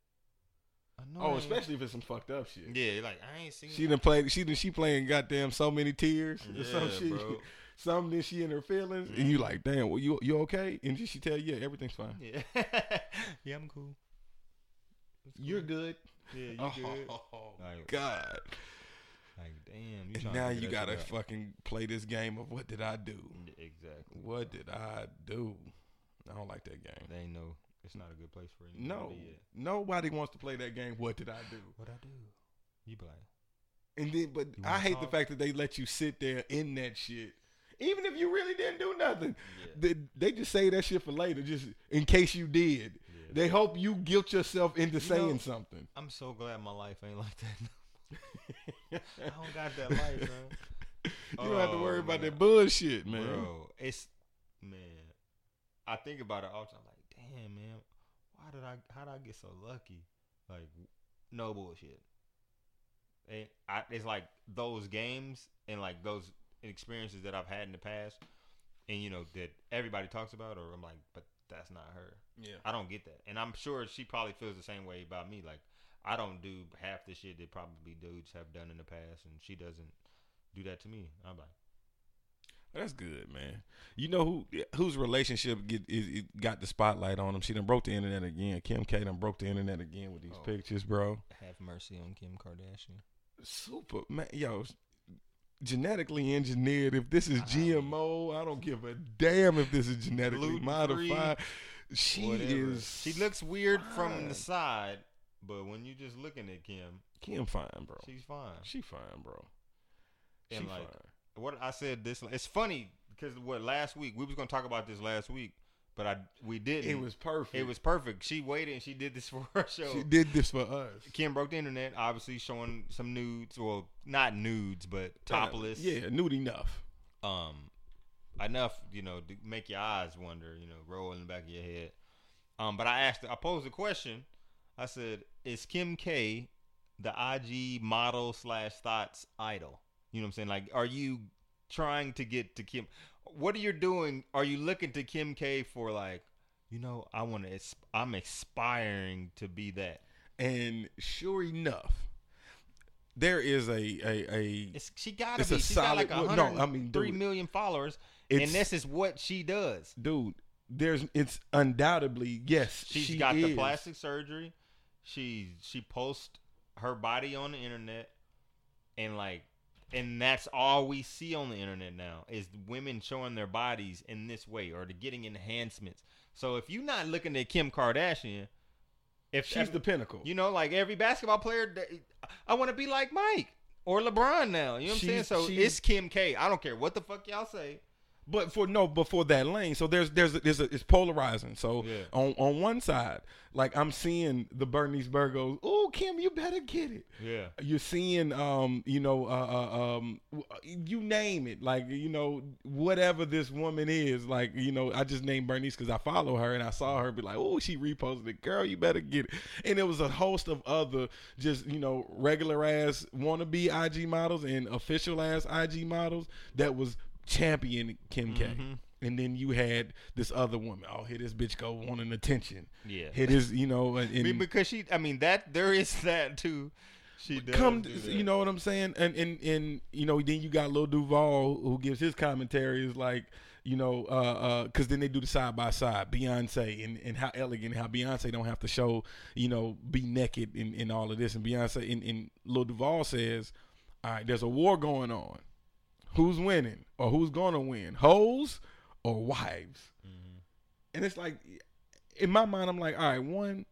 B: I know. I
C: oh,
B: ain't-
C: especially if it's some fucked up shit.
B: yeah, you're like I ain't seen.
C: She done played. She done. She playing goddamn so many tears. or some
B: Yeah,
C: shit.
B: bro. Mm-hmm.
C: Some then she in her feelings, and you like, damn. Well, you you okay? And she tell you, yeah, everything's fine.
B: yeah, yeah, I'm cool.
C: You're good.
B: Yeah, you good.
C: Oh
B: Like,
C: God.
B: Like, damn. You
C: And
B: tryna
C: now
B: figure that
C: you
B: shit
C: gotta
B: out.
C: fucking play this game of what did I do?
B: Yeah, Exactly.
C: What did I do? I don't like that game.
B: They ain't no. It's not a good place for anybody.
C: No,
B: to be at.
C: nobody wants to play that game. What did I do?
B: What I do? You be like,
C: And then, but
B: You wanna
C: I hate
B: talk?
C: the fact that they let you sit there in that shit, even if you really didn't do nothing.
B: Yeah.
C: They, they just say that shit for later, just in case you did.
B: Yeah.
C: They hope you guilt yourself into
B: You
C: saying
B: know-
C: something.
B: I'm so glad my life ain't like that. no more." I don't got that life, man.
C: You don't have to
B: Oh,
C: worry about
B: man.
C: that bullshit, man.
B: Bro, it's man. I think about it often. I'm like, damn, man. Why did I? How did I get so lucky? Like, no bullshit. And I, it's like those games and like those experiences that I've had in the past, and you know that everybody talks about. Or I'm like, but that's not her.
C: Yeah.
B: I don't get that, and I'm sure she probably feels the same way about me. Like, I don't do half the shit that probably dudes have done in the past, and she doesn't do that to me. I'm like,
C: That's good, man. You know who whose relationship get is, it got the spotlight on him? She done broke the internet again. Kim K done broke the internet again with these
B: Oh.
C: pictures, bro.
B: have mercy on Kim Kardashian.
C: Super man, yo, genetically engineered. If this is GMO, I don't give a damn if this is genetically
B: Gluten-free,
C: modified. She
B: Whatever.
C: is.
B: She looks weird from
C: fine.
B: the side, but when you just looking at Kim,
C: Kim fine, bro.
B: she's fine.
C: She fine, bro. She
B: And
C: fine.
B: like what I said this, it's funny because what last week we was gonna talk about this last week, but I we didn't.
C: It was perfect.
B: it was perfect. She waited and she did this for her show.
C: She did this for us.
B: Kim broke the internet, obviously showing some nudes. Well, not nudes, but topless.
C: Uh, Yeah, nude enough.
B: um enough you know to make your eyes wonder you know roll in the back of your head um but i asked i posed a question i said is kim k the ig model slash thoughts idol you know what i'm saying like are you trying to get to kim what are you doing are you looking to kim k for like you know i want to i'm aspiring to be that
C: And sure enough, there is a a, a
B: it's she gotta
C: It's
B: be
C: a
B: she's
C: solid-
B: got
C: well,
B: like
C: no,
B: a
C: I mean,
B: hundred and three million
C: dude,
B: followers
C: it's-
B: and this is what she does
C: dude. There's it's undoubtedly yes.
B: She's
C: she
B: got the
C: is.
B: plastic surgery. She she posts her body on the internet, and like, and that's all we see on the internet now is women showing their bodies in this way or the getting enhancements. So if you're not looking at Kim Kardashian, if
C: She's the pinnacle.
B: you know like every basketball player, that- I want to be like Mike or LeBron now. You know what I'm saying?
C: She's-
B: So
C: she's-
B: it's Kim K. I don't care what the fuck y'all say.
C: but for no, but for that lane. So there's there's there's a, it's polarizing. So
B: Yeah.
C: on on one side, like I'm seeing the Bernice Burgos. Oh, Kim, you better get it.
B: Yeah.
C: You're seeing, um, you know, uh, uh, um, w- you name it, like you know, whatever this woman is, like you know, I just named Bernice because I follow her and I saw her be like, oh, she reposted it, girl, you better get it, and it was a host of other just you know regular ass wannabe IG models and official ass IG models that was championing Kim
B: Mm-hmm.
C: K. And then you had this other woman. Oh, here this bitch go wanting attention.
B: Yeah.
C: here this you know, and,
B: I
C: and
B: mean, because she, I mean, that there is that too. She does
C: come
B: do that.
C: you know what i'm saying and and and you know then you got Lil duval who gives his commentary is like you know uh uh because then they do the side by side beyonce and and how elegant how beyonce don't have to show you know be naked and, and all of this and beyonce and, and Lil duval says all right there's a war going on who's winning or who's gonna win hoes
B: Mm-hmm.
C: or wives and it's like in my mind i'm like all right one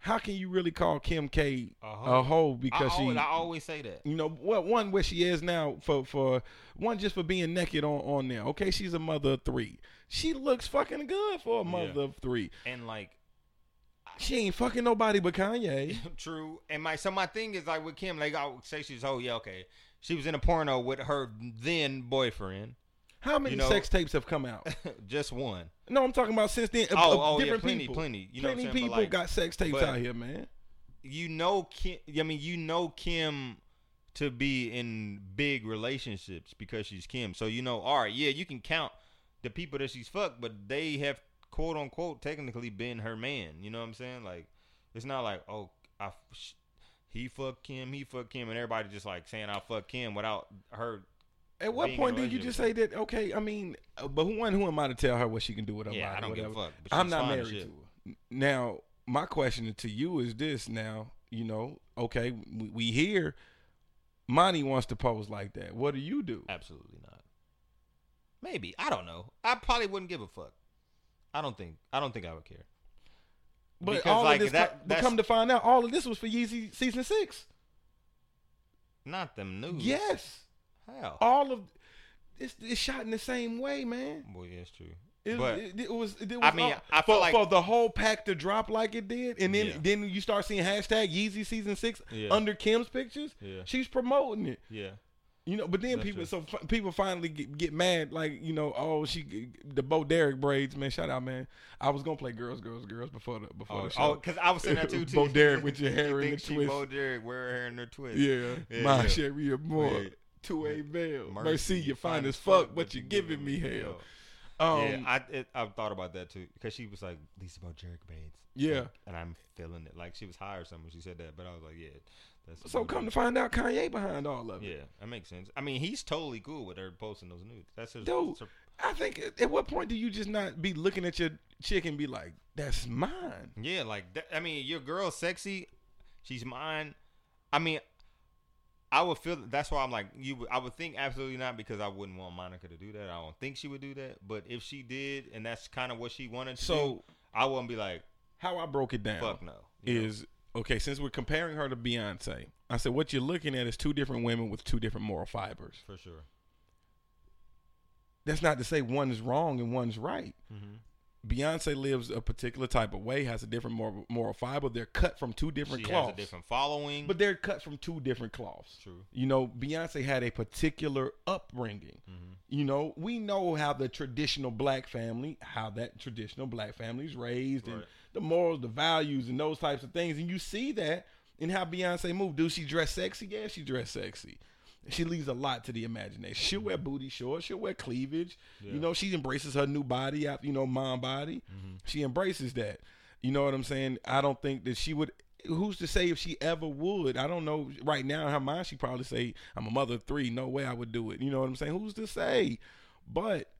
C: How can you really call Kim K
B: A
C: a
B: hoe.
C: hoe because
B: I,
C: she
B: always, I always say that.
C: you know what one where she is now for for one just for being naked on on there okay she's a mother of three she looks fucking good for a mother
B: Yeah.
C: of three
B: And like,
C: she ain't fucking nobody but kanye
B: true. And my so my thing is like with Kim, like I would say she's oh yeah okay. She was in a porno with her then boyfriend,
C: how many
B: You know-
C: sex tapes have come out
B: just one.
C: no i'm talking about since then of-
B: Oh,
C: of
B: oh, yeah,
C: different
B: plenty,
C: people
B: plenty. You know what
C: Plenty
B: I'm saying?
C: people
B: But, like,
C: got sex tapes
B: but-
C: out here man
B: You know Kim. I mean, you know Kim to be in big relationships because she's Kim. So you know, all right, yeah, you can count the people that she's fucked, but they have quote unquote technically been her man. You know what I'm saying? Like, it's not like oh, I. Sh- he fucked Kim, he fucked Kim, and everybody just like saying I fuck Kim without her
C: at what
B: being in a
C: point did you just say
B: relationship.
C: that okay i mean uh, but who one who am i to tell her what she can do with her
B: Yeah,
C: body
B: I don't
C: whatever.
B: give a fuck. but
C: I'm
B: she's
C: not
B: fine
C: married
B: as
C: to
B: shit.
C: her. Now, my question to you is this: Now, you know, okay, we, we hear Monty wants to pose like that. What do you do?
B: Absolutely not. Maybe I don't know. I probably wouldn't give a fuck. I don't think. I don't think I would care.
C: But
B: because,
C: all
B: like,
C: of this,
B: that-
C: co- but
B: that's-
C: come to find out, all of this was for Yeezy season six.
B: Not them news.
C: Yes,
B: How?
C: all of it's, it's shot in the same way, man.
B: Well, yeah, it's true.
C: It,
B: but
C: it, it was. It was
B: I mean,
C: all-
B: I
C: for,
B: feel like
C: for the whole pack to drop like it did, and then
B: Yeah.
C: then you start seeing hashtag Yeezy season six
B: Yeah.
C: under Kim's pictures.
B: Yeah.
C: She's promoting it.
B: yeah,
C: You know, but then
B: That's
C: people
B: true.
C: so f- people finally get, get mad, like you know, oh she the Bo Derek braids, man. Shout out, man. I was gonna play girls, girls, girls before the before
B: oh,
C: the show.
B: because I was saying that too. too.
C: Bo Derrick with your hair
B: You
C: in
B: think
C: the
B: she
C: twist.
B: Bo Derrick wear her hair in her twist.
C: yeah,
B: Yeah,
C: my
B: yeah.
C: Sharia
B: Yeah.
C: boy, two A bell, mercy, you fine as fuck, but you giving me hell. Um,
B: yeah, I it, I've thought about that too because she was like Lisa Bo Derrick braids.
C: Yeah.
B: Like, and I'm feeling it. Like she was high or something. when She said that, but I was like, yeah. That's
C: so
B: Bo
C: come to
B: Derrick.
C: find out, Kanye behind all of it.
B: Yeah, that makes sense. I mean, he's totally cool with her posting those nudes. That's his
C: Dude.
B: sur-
C: I think at- at what point do you just not be looking at your chick and be like, that's mine?
B: Yeah, like that, I mean, your girl's sexy. She's mine. I mean, I would feel that's why I'm like you. would- I would think absolutely not because I wouldn't want Monica to do that. I don't think she would do that. But if she did, and that's kind of what she wanted to do,
C: So
B: I wouldn't be like,
C: how I broke it down.
B: fuck no. you know?
C: is okay since we're comparing her to Beyonce. I said what you're looking at is two different women with two different moral fibers.
B: for sure.
C: That's not to say one's wrong and one's right.
B: Mhm.
C: Beyonce lives a particular type of way, has a different moral, moral fiber. They're cut from two different
B: she
C: cloths,
B: has a different following.
C: but they're cut from two different cloths.
B: true.
C: You know, Beyonce had a particular upbringing. You know, we know how the traditional black family, how that traditional black family is raised and
B: Right.
C: the morals, the values, and those types of things. And you see that in how Beyonce moved. Do she dress sexy? Yeah, she dress sexy. She leaves a lot to the imagination. She'll wear booty shorts. She'll wear cleavage. You know, she embraces her new body, out- you know, mom body. She embraces that. You know what I'm saying? I don't think that she would. Who's to say if she ever would? I don't know. Right now, in her mind, she probably say, "I'm a mother of three. No way I would do it." You know what I'm saying? Who's to say? But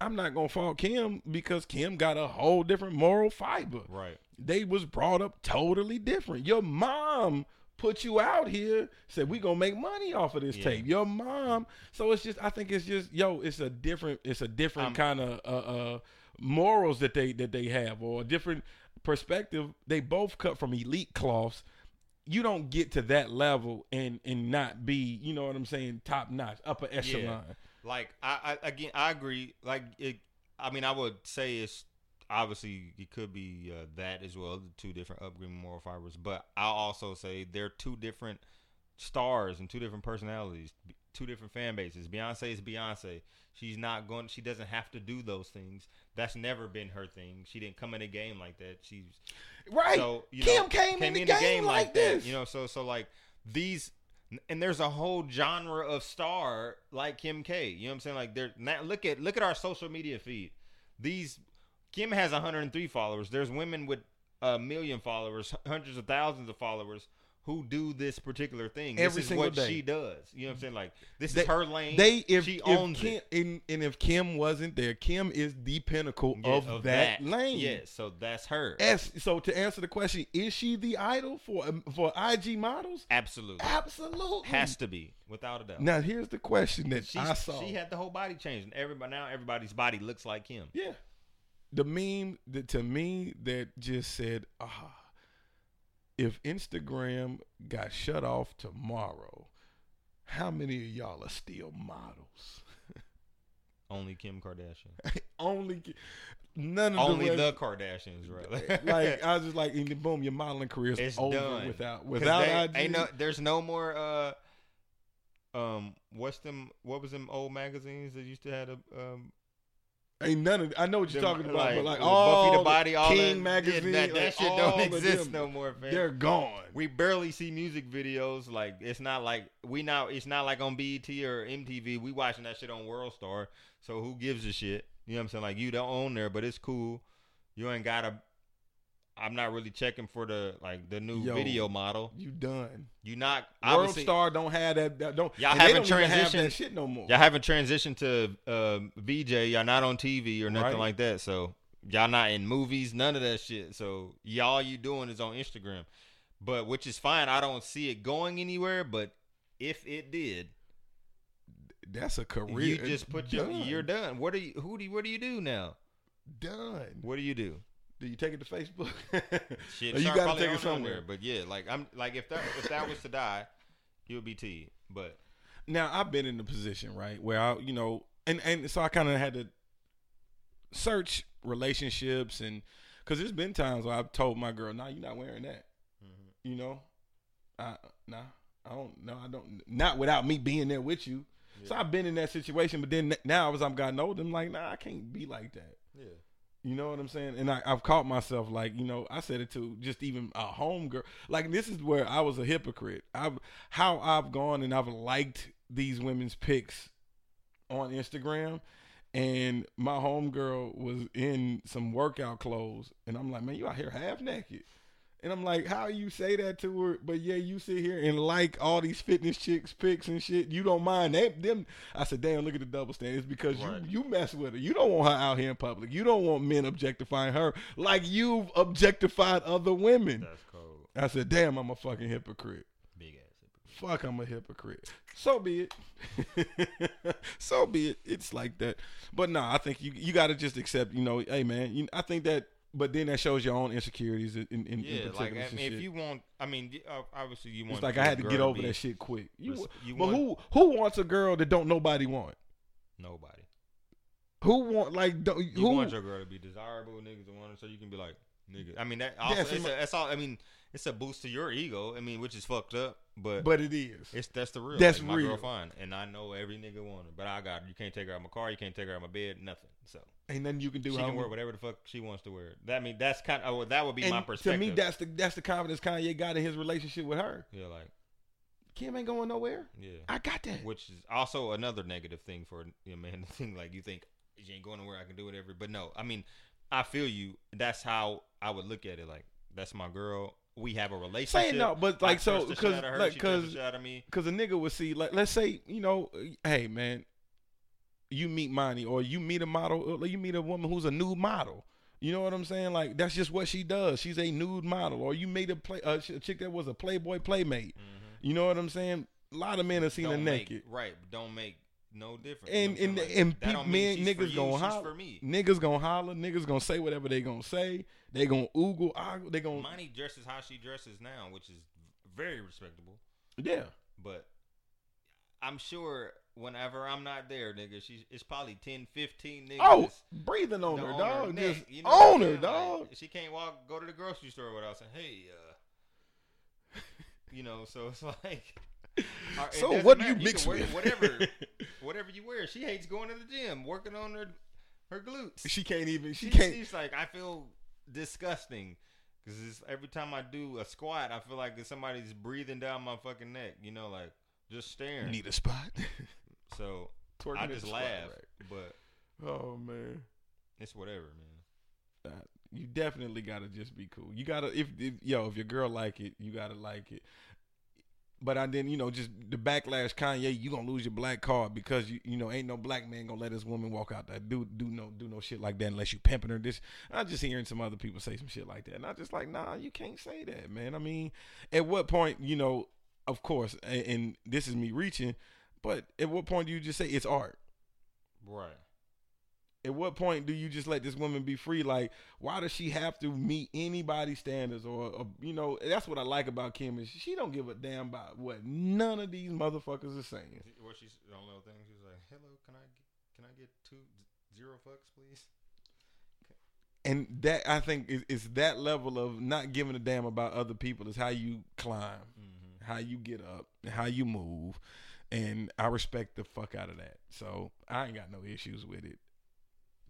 C: I'm not gonna fault Kim because Kim got a whole different moral fiber.
B: Right.
C: They was brought up totally different. Your mom put you out here, said we gonna make money off of this
B: Yeah.
C: tape. Your mom. So it's just I think it's just yo, it's a different it's a different
B: Um,
C: kind of uh, uh morals that they that they have or a different perspective. They both cut from elite cloths. You don't get to that level and and not be, you know what I'm saying, top notch, upper echelon.
B: Like I, I again, I agree. Like it, I mean, I would say it's obviously it could be uh, that as well. The two different upbringing moral fibers, but I also say they're two different stars and two different personalities, b- two different fan bases. Beyonce is Beyonce. She's not going. She doesn't have to do those things. That's never been her thing. She didn't come in the game like that. She's
C: Right.
B: so you
C: Kim
B: know,
C: came, in the game, like, this.
B: You know, so so like these, and there's a whole genre of star like Kim K. You know what I'm saying? Like, there. Now look at look at our social media feed. These Kim has 103 followers. There's women with a million followers, hundreds of thousands of followers. Who do this particular thing?
C: Every
B: this is
C: single
B: what
C: day.
B: she does. You know what I'm saying? Like this
C: They-
B: is her lane.
C: They if
B: she
C: if
B: owns
C: Kim,
B: it
C: And, and if Kim wasn't there, Kim is the pinnacle
B: Yeah,
C: of, that, lane.
B: Yeah, so that's her.
C: Yes. So to answer the question, is she the idol for um, for IG models?
B: Absolutely,
C: Absolutely.
B: has to be without a doubt.
C: Now here's the question that
B: She's,
C: I saw.
B: She had the whole body changed, and everybody now everybody's body looks like him.
C: yeah. The meme that to me that just said, ah, if Instagram got shut off tomorrow, how many of y'all are still models?
B: Only Kim Kardashian.
C: Only, none of
B: Only
C: the,
B: the Kardashians, right?
C: like I was just like, and boom, your modeling career is
B: It's
C: over
B: done.
C: without
B: 'Cause
C: without IG.
B: they, ain't no, there's no more. Uh, um, what's them? What was them old magazines that used to have a um?
C: Ain't none of. I know what you're
B: them,
C: talking about, but like
B: with
C: all
B: Buffy the
C: the
B: Body, all
C: King
B: that- yeah,
C: magazine,
B: that, that
C: like,
B: shit
C: all
B: don't
C: of
B: exist
C: them,
B: no more, man.
C: They're gone.
B: we barely see music videos. Like it's not like we now. It's not like on BET or MTV. We watching that shit on World Star. So who gives a shit? You know what I'm saying? Like you don't own there, but it's cool. You ain't gotta. I'm not really checking for the like the new
C: Yo.
B: video model.
C: you done.
B: You not
C: World
B: obviously-
C: Star don't have that. that don't
B: Y'all
C: and they
B: haven't
C: don't even have
B: transitioned-
C: that shit no more.
B: Y'all haven't transitioned to uh, VJ. Y'all not on TV or nothing
C: Right.
B: like that. So y'all not in movies, none of that shit. So y'all you doing is on Instagram, but which is fine. I don't see it going anywhere. But if it did,
C: That's a career.
B: you just put your
C: done.
B: you're done. What do you who do you, what do you do now?
C: done.
B: What do you do?
C: Do you take it to Facebook?
B: Shit,
C: Or Oh, you
B: Sean
C: gotta
B: probably
C: take
B: on
C: it somewhere.
B: There, but yeah, like I'm like if that if that was to die, you would be T. But
C: now I've been in the position right where I, you know, and and so I kind of had to search relationships and because there's been times where I've told my girl, "Nah, you're not wearing that," you know, I nah, I don't, no, I don't, not without me being there with you. So I've been in that situation, but then now as I've gotten older, I'm like, nah, I can't be like that.
B: yeah,
C: You know what I'm saying? And I, I've caught myself like, you know, I said it to just even a home girl. Like this is where I was a hypocrite. I've how I've gone and I've liked these women's pics on Instagram. And my homegirl was in some workout clothes, and I'm like, man, you out here half naked. And I'm like, how you say that to her? But yeah, you sit here and like all these fitness chicks pics and shit. You don't mind that them. I said, damn, look at the double standard. It's because
B: Right.
C: you you mess with her. You don't want her out here in public. You don't want men objectifying her like you've objectified other women.
B: that's cold.
C: I said, damn, I'm a fucking hypocrite.
B: Big ass.
C: Fuck, I'm a hypocrite. So be it. so be it. It's like that. But no, I think you you got to just accept. You know, hey man, you, I think that. But then that shows your own insecurities in in, in
B: Yeah,
C: particulars
B: like
C: and
B: I mean,
C: shit.
B: if you want, I mean, y- uh, obviously you want.
C: It's like
B: your
C: I had to
B: girl
C: get over
B: be
C: that shit quick. You,
B: Listen, you
C: but
B: want-
C: who who wants a girl that don't nobody want?
B: Nobody.
C: Who want like don't,
B: You
C: who?
B: want your girl to be desirable, niggas to want her, so you can be like, nigga. I mean, that also,
C: That's
B: it's a,
C: my-
B: that's all. I mean, it's a boost to your ego. I mean, which is fucked up, but
C: but it is.
B: it's that's the real.
C: That's
B: like, my
C: real.
B: girl fine, and I know every nigga want her, but I got her. You can't take her out my car. You can't take her out my bed. Nothing. So
C: Ain't nothing you can do.
B: she
C: homie.
B: can wear whatever the fuck she wants to wear. That I mean, that's kind of oh, that would be
C: and
B: my perspective.
C: To me, that's the that's the confidence Kanye got in his relationship with her.
B: yeah, like
C: Kim ain't going nowhere.
B: yeah.
C: I got that.
B: which is also another negative thing for a man to think like you think she ain't going nowhere i can do whatever but no i mean i feel you that's how i would look at it like that's my girl we have a relationship
C: Saying no, but like
B: I
C: so
B: trust the shit
C: because
B: out of her,
C: like
B: she trusts the
C: because
B: shit out of me
C: because a nigga would see like let's say you know hey man, you meet Monty or you meet a model or you meet a woman who's a nude model. You know what I'm saying? Like that's just what she does. She's a nude model, or you made a play a ch- a chick that was a Playboy playmate. You know what I'm saying? A lot of men have seen her
B: Mm-hmm. Don't make-
C: naked.
B: right but don't make no difference
C: and
B: You know
C: and
B: what I'm saying?
C: and
B: Like, that
C: peop-
B: don't mean
C: men
B: she's for
C: niggas
B: you,
C: gonna
B: she's
C: holler,
B: for me
C: niggas gonna holler, niggas gonna say whatever they gonna say, they gonna oogle, ogle, they gonna
B: Monty dresses how she dresses now which is very respectable
C: yeah.
B: but i'm sure whenever i'm not there nigga she's it's probably 10 15 niggas
C: Oh, breathing on
B: the
C: her,
B: owner
C: dog,
B: neck,
C: just
B: you know what I'm
C: on her,
B: saying? Like,
C: dog.
B: she can't walk, go to the grocery store without saying, "Hey," uh, you know. So it's like, or it
C: So
B: doesn't
C: what do you
B: matter.
C: mix
B: can wear
C: with?
B: Whatever, whatever you wear. She hates going to the gym, working on her her glutes.
C: she can't even. She
B: She-
C: can't.
B: She's like, I feel disgusting because every time I do a squat, I feel like somebody's breathing down my fucking neck. You know, like just staring.
C: Need a spot.
B: So
C: Twerking
B: I
C: is
B: just
C: a spot,
B: laugh, but
C: right. Oh man,
B: it's whatever, man.
C: Uh, you definitely gotta just be cool. You gotta if, if yo if your girl like it, you gotta like it. But I didn't, you know, just the backlash, Kanye. You gonna lose your black card because you, you know, ain't no black man gonna let this woman walk out there. Do do no do no shit like that unless you pimping her. This I just hearing some other people say some shit like that, and I just like, nah, you can't say that, man. I mean, at what point, you know, of course, and, and this is me reaching, but at what point do you just say it's art?
B: Right.
C: At what point do you just let this woman be free? Like, why does she have to meet anybody's standards? Or, or you know, that's what I like about Kim is she don't give a damn about what none of these motherfuckers are saying.
B: What she's the only other thing she's like, "Hello, can I get, can I get two z- zero fucks, please?"
C: and that I think is, is that level of not giving a damn about other people is how you climb,
B: Mm-hmm.
C: how you get up, and how you move, and I respect the fuck out of that. So I ain't got no issues with it.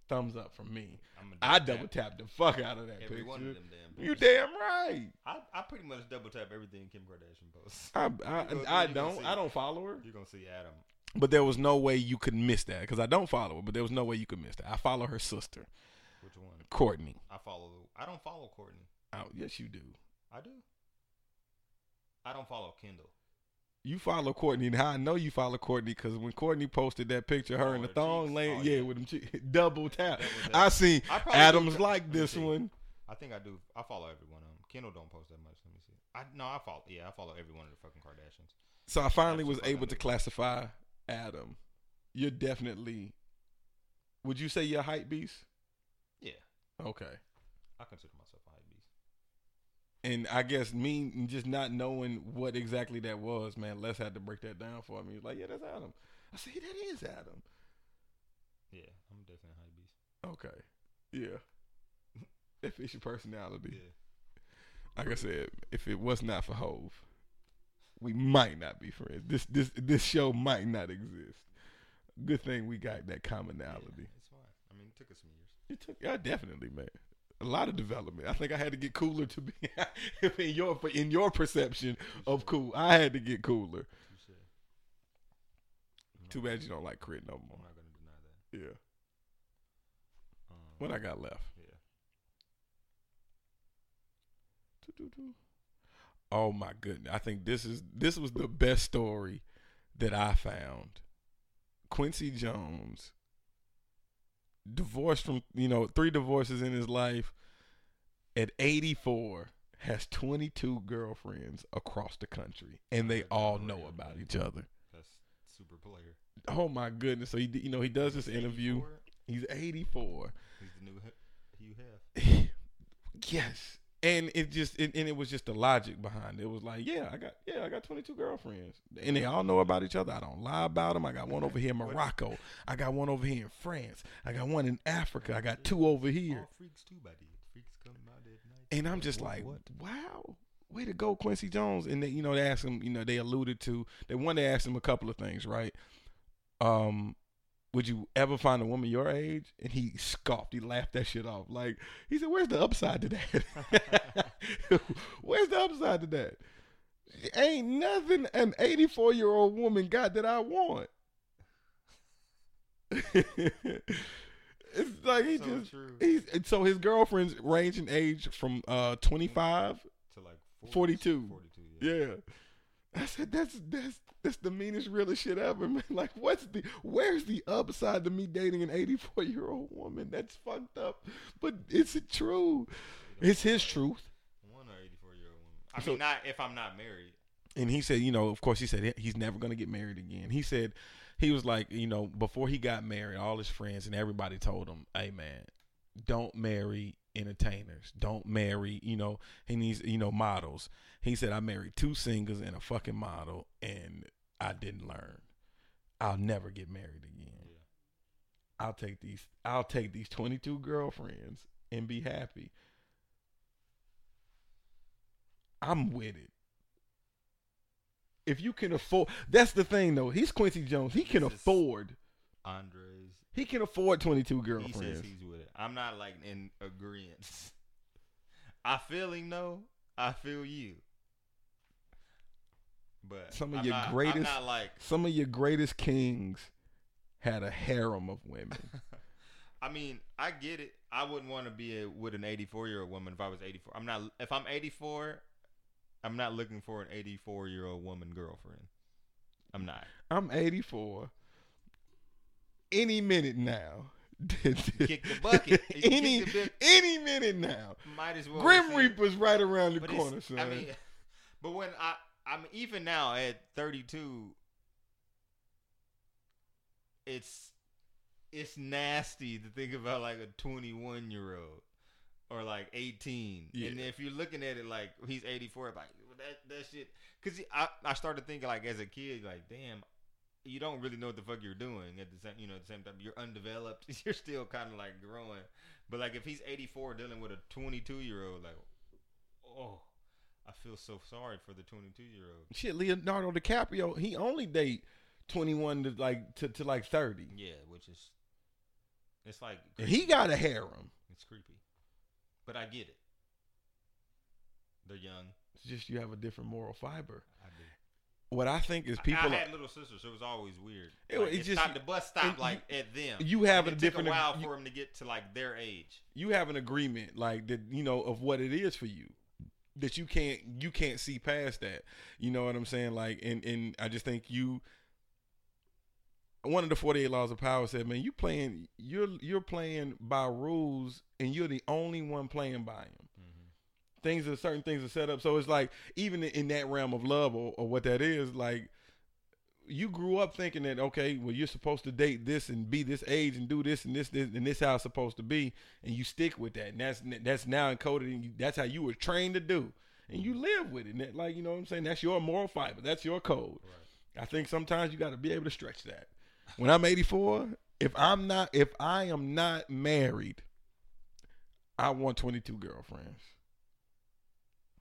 C: Thumbs up from me.
B: I'm a
C: I double tap the fuck out of that
B: every
C: picture.
B: one of them damn.
C: You
B: pictures.
C: damn right.
B: I, I pretty much double tap everything Kim Kardashian posts.
C: I
B: You gonna-
C: I, I
B: you gonna
C: don't
B: see-
C: I don't follow her,
B: You're gonna see Adam.
C: but there was no way you could miss that because I don't follow her. But there was no way you could miss that. I follow her sister,
B: Which one?
C: Courtney.
B: I follow. I don't follow Courtney.
C: Oh yes, you do.
B: I do. I don't follow Kendall.
C: You follow Courtney, and how I know you follow Courtney because when Courtney posted that picture, her
B: Oh,
C: in the
B: her
C: thong
B: cheeks.
C: laying,
B: Oh,
C: yeah,
B: yeah.
C: with them che- double tap.
B: Double tap.
C: I seen
B: I probably do
C: Adams
B: tr-
C: like
B: let me
C: this
B: see.
C: one.
B: I think I do. I follow everyone. Um, Kendall don't post that much. Let me see. I no. I follow. Yeah, I follow every one of the fucking Kardashians.
C: So I finally
B: That's
C: was
B: what I
C: able to
B: mean.
C: classify Adam. You're definitely. Would you say you're a hype beast?
B: Yeah,
C: Okay.
B: I consider myself a hype beast.
C: And I guess me just not knowing what exactly that was, man. Les had to break that down for me. He was like, "Yeah, that's Adam." I said, "That is Adam."
B: Yeah, I'm definitely a hype beast.
C: Okay. Yeah. That fits your personality.
B: Yeah.
C: like I said, if it was not for Hove, we might not be friends. This this this show might not exist. Good thing we got that commonality.
B: Yeah, it's fine. I mean, it took us some years.
C: It took I definitely man a lot of development. I think I had to get cooler to be in your in your perception of cool. I had to get cooler.
B: You said. I'm
C: Too
B: not-
C: bad you don't like crit no
B: I'm
C: more.
B: not gonna deny that.
C: Yeah,
B: Um,
C: what I got left.
B: Yeah.
C: Doo-doo-doo. Oh my goodness. I think this is this was the best story that I found. Quincy Jones divorced from, you know, three divorces in his life at 84 has 22 girlfriends across the country and they all know about each other.
B: That's super player.
C: Oh my goodness. So he you know, he does this
B: He's
C: interview.
B: 84.
C: He's 84.
B: He's the new H- Hugh Hef.
C: yes and it just and, and it was just the logic behind it. it was like yeah i got yeah i got 22 girlfriends and they all know about each other i don't lie about them i got one over here in morocco i got one over here in france i got one in africa i got two over here
B: All freaks too, buddy. Freaks come out at night.
C: and i'm just like wow way to go quincy jones and they, you know they asked him you know they alluded to they wanted to ask him a couple of things right um would you ever find a woman your age? And he scoffed. He laughed that shit off. Like he said, "Where's the upside to that? Where's the upside to that? Ain't nothing an eighty-four-year-old woman got that I want." it's like he
B: So
C: just
B: true.
C: he's and so his girlfriends range in age from uh twenty-five.
B: to like 40,
C: 42.
B: 42, yeah.
C: Yeah. I said that's that's that's the meanest realest shit ever, man. Like what's the where's the upside to me dating an 84 year old woman? That's fucked up. But it's true. It's his truth.
B: One or 84 year old woman. I
C: So-
B: mean, not if I'm not married.
C: and he said, you know, of course, he said he- he's never going to get married again. He said he was like, you know, before he got married, all his friends and everybody told him, "Hey, man, don't marry entertainers. Don't marry, you know, he needs, you know, models." He said, "I married two singers and a fucking model, and I didn't learn. I'll never get married again.
B: Yeah.
C: I'll take these. I'll take these twenty-two girlfriends and be happy. I'm with it." If you can afford, that's the thing though. He's Quincy Jones. He can
B: This is-
C: afford.
B: Andres.
C: He can afford
B: He
C: twenty-two
B: says
C: girlfriends.
B: he's with it. I'm not like in agreement. I feel him though. I feel you. But
C: Some of
B: I'm
C: your
B: not,
C: greatest-
B: I'm not like.
C: Some of your greatest kings had a harem of women.
B: I mean, I get it. I wouldn't want to be a, with an 84 year old woman if I was 84. I'm not. If I'm 84, I'm not looking for an 84 year old woman girlfriend. I'm not.
C: I'm 84. Any minute now.
B: Kick the bucket. You kick
C: any
B: the bit-
C: any minute now.
B: Might as well.
C: Grim
B: say-
C: Reaper's right around the
B: But
C: corner,
B: it's,
C: son.
B: I mean, but when I, I'm even now at 32, it's it's nasty to think about like a 21 year old or like 18.
C: Yeah.
B: And if you're looking at it like he's 84, like that that shit. Because I I started thinking like as a kid, like damn. You don't really know what the fuck you're doing at the same, you know. At the same time, you're undeveloped. You're still kind of like growing. But like, if he's 84 dealing with a 22 year old, like, oh, I feel so sorry for the 22 year old.
C: Shit, Leonardo DiCaprio, he only date twenty one to like to, to like thirty.
B: Yeah, which is, it's like
C: And he got a harem.
B: It's creepy, but I get it. They're young.
C: It's just you have a different moral fiber.
B: I do.
C: What I think is
B: People
C: people
B: I,
C: are-
B: had little sisters, so it was always weird.
C: It-
B: Like,
C: it
B: it
C: just-
B: stopped- the bus
C: and
B: stopped
C: you-
B: like at them.
C: you have
B: And
C: a
B: it
C: different
B: took a while
C: you-
B: for them to get to like their age.
C: you have an agreement like that you know of what it is for you that you can't you can't see past that you know what i'm saying like and and i just think you one of the 48 laws of power said man you playing you're you're playing by rules and you're the only one playing by them things are certain things are set up so it's like even in that realm of love or, or what that is like you grew up thinking that okay well you're supposed to date this and be this age and do this and this, this and this how it's supposed to be and you stick with that and that's that's now encoded and you, that's how you were trained to do and you live with it and that, like you know what i'm saying that's your moral fiber that's your code i think sometimes you got to be able to stretch that when i'm 84 if i'm not if i am not married i want 22 girlfriends